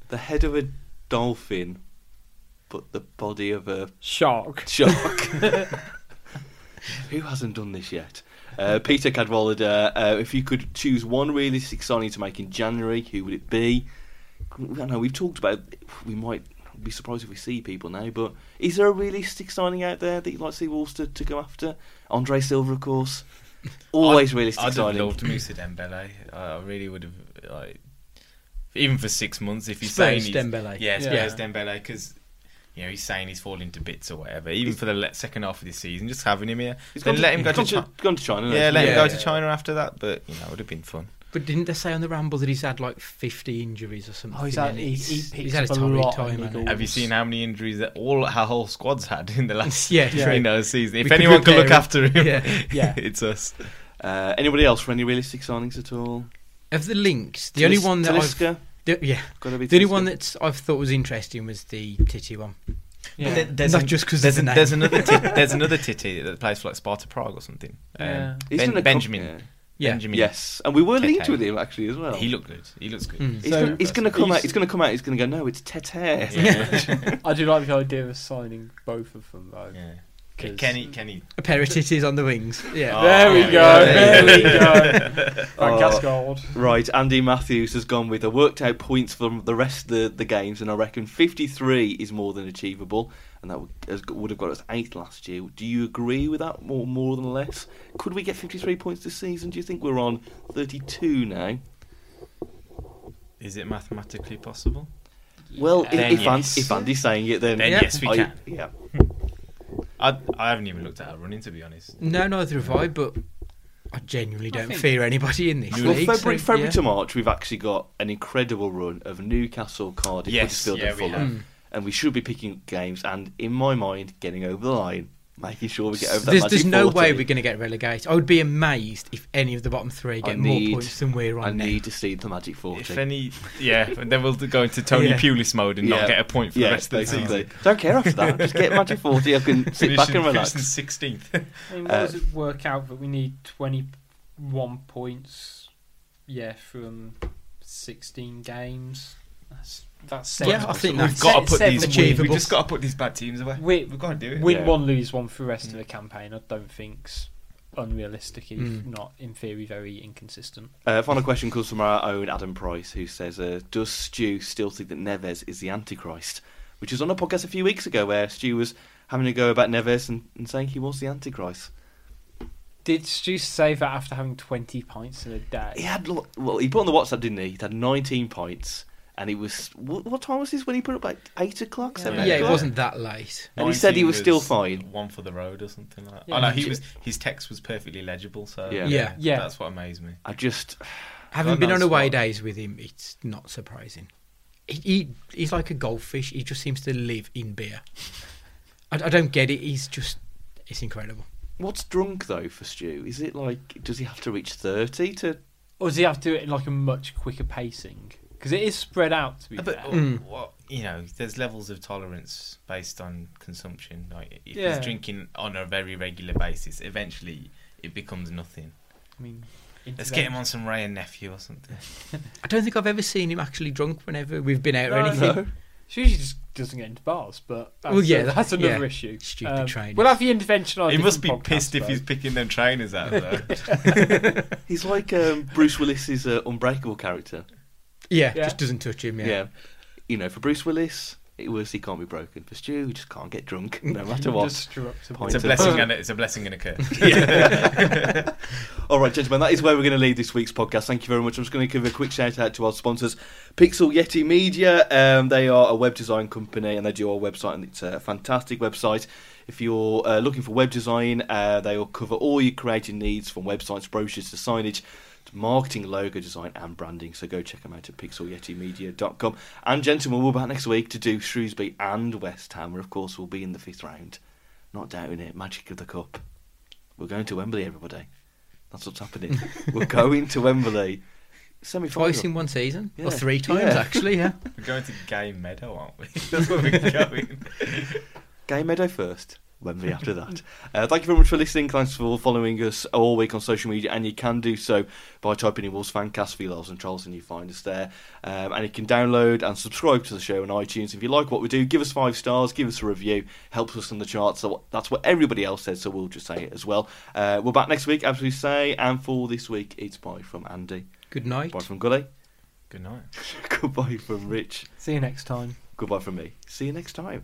The head of a dolphin, but the body of a shark. shark. Who hasn't done this yet? Uh, Peter Cadwallader, uh, if you could choose one realistic signing to make in January, who would it be? I don't know, we've talked about we might be surprised if we see people now, but is there a realistic signing out there that you'd like to see Wolves to, to go after? Andre Silva, of course. Always I'd- realistic I'd have signing. loved Moussa Dembele. I, I really would have like, even for six months. If he's Spurs saying he's, Dembele. yeah, Yeah. Spurs Dembele, because you know he's saying he's falling to bits or whatever. Even for the le- second half of the season, just having him here, He's then gone to- let him go he's to, gone China. gone to China. Yeah, let hasn't him he? go Yeah. to China after that. But you know, it would have been fun. But didn't they say on the Ramble that he's had like 50 injuries or something? Oh, he's had, and he, he he's, picks he's had a up torrid lot time. on hasn't Eagles. he? Have you seen how many injuries that all our whole squad's had in the last Yeah, you true. know, season? If could anyone could look compare after him, Yeah. Yeah. it's us. Uh, anybody else for any realistic signings at all? Of the links, the only Talis- one that I've, Talisca? the, yeah, Gotta be the only Talisca. one that I've thought was interesting was the Titty one. Yeah. There- there's Not an- just 'cause there's, of the an- there's name. another tit- there's another titty that plays for like Sparta Prague or something. Um, Yeah. Isn't ben- it a com- Benjamin. yeah. Yeah. Benjamin. Yes, and we were Tete. linked with him actually as well. He looked good. He looks good. Mm. He's So- gonna, he's gonna come he's- out. He's gonna come out. He's gonna go. No, it's Tete. Yeah. I do like the idea of signing both of them, though. yeah. 'Cause- Kenny, Kenny. A pair of titties on the wings. Yeah. There we yeah, go, yeah, there we go. Oh. Van Gascoigne. Right, Andy Matthews has gone with. I worked out points from the rest of the, the games, and I reckon 53 is more than achievable, and that would, has, would have got us eighth last year. Do you agree with that, more more than less? Could we get 53 points this season? Do you think we're on 32 now? Is it mathematically possible? Well, if, Then if, yes. An- if Andy's saying it, then, Then Yeah. yes, we I- can. Yeah, I, I haven't even looked at our running to be honest. No, neither have I, but I genuinely don't think- fear anybody in this well, league. February, so, February yeah. to March, we've actually got an incredible run of Newcastle, Cardiff, Yes, Huddersfield, yeah, and we Fulham, and we should be picking games and, in my mind, getting over the line making sure we get over that. there's magic there's no 40. way we're going to get relegated. I would be amazed if any of the bottom three I get need- more points than we're on I now. need to see the magic forty. If any, yeah, and then we'll go into Tony Yeah. Pulis mode and Yeah. not get a point for yeah, the rest of the basically. season. Don't care after that. Just get magic forty. I can sit Finishing, back and relax. finishing sixteenth. I mean, what does it work out that we need 21 points? Yeah, from 16 games. That's that's Yeah, sensible. I think So that's We've got to put seven these. achievable. We've just got to put these bad teams away. We- We've got to do it. Win Yeah. one, lose one for the rest Mm. of the campaign. I don't think's unrealistic. If Mm. not, in theory, very inconsistent. Uh, final question comes from our own Adam Price, who says, uh, "Does Stu still think that Neves is the Antichrist?" Which was on a podcast a few weeks ago where Stu was having a go about Neves and, and saying he was the Antichrist. Did Stu say that after having 20 pints in a day? He had lo- well, he put on the WhatsApp, didn't he? He had 19 pints, and he was what, what time was this when he put up like eight o'clock, seven Yeah, it o'clock? wasn't that late. And he said he 19 was still fine. One for the road or something like that. Yeah. oh no, he was. His text was perfectly legible. So Yeah. Yeah. Yeah. that's what amazed me. I just Having Well, been no, on it's away fine. days with him, it's not surprising. He, he he's like a goldfish. He just seems to live in beer. I, I don't get it. He's just it's incredible. what's drunk though for Stu? Is it like does he have to reach 30 to? Or does he have to do it in like a much quicker pacing? Because it is spread out to be But fair. Hmm. Mm. what you know, there's levels of tolerance based on consumption. Like if Yeah. he's drinking on a very regular basis, eventually it becomes nothing. I mean, Let's get him on some Ray and Nephew or something. I don't think I've ever seen him actually drunk whenever we've been out or No, anything. no. She usually just doesn't get into bars, but that's, Well, yeah, uh, that's that- another yeah. issue. Um, Stupid trainers. We'll have the intervention on. a He must be Oh, different podcast, pissed if though. he's picking them trainers out though. He's like um, Bruce Willis's uh, Unbreakable character. Yeah, Yeah. just doesn't touch him. Yeah. Yeah. You know, for Bruce Willis, it was he can't be broken. For Stu, he just can't get drunk no matter what. Just screw up to Point it's a of- blessing and a, it's a blessing and a curse. All right, gentlemen, that is where we're going to leave this week's podcast. Thank you very much. I'm just going to give a quick shout out to our sponsors, Pixel Yeti Media. Um, they are a web design company and they do our website, and it's a fantastic website. If you're uh, looking for web design, uh, they will cover all your creative needs from websites, brochures to signage. to Marketing, logo design, and branding. So go check them out at pixelyetimedia.com. And, gentlemen, we'll be back next week to do Shrewsbury and West Ham, where, of course, we'll be in the fifth round. Not doubting it. Magic of the Cup. We're going to Wembley, everybody. That's what's happening. We're going to Wembley. Semi Twice final. in one season, Yeah. or three times Yeah. actually. Yeah. We're going to Gay Meadow, aren't we? That's where we're going. Game Meadow first, Wembley after that. Uh, thank you very much for listening. Thanks for following us all week on social media, and you can do so by typing in Wolves Fancast, Veloz and Trolls, and you find us there. Um, and you can download and subscribe to the show on iTunes. If you like what we do, give us five stars, give us a review, helps us on the charts. So that's what everybody else says, so we'll just say it as well. Uh, we're back next week, as we say, and for this week, it's bye from Andy, Good night. bye from Gully, Good night. goodbye from Rich, See you next time. goodbye from me. See you next time.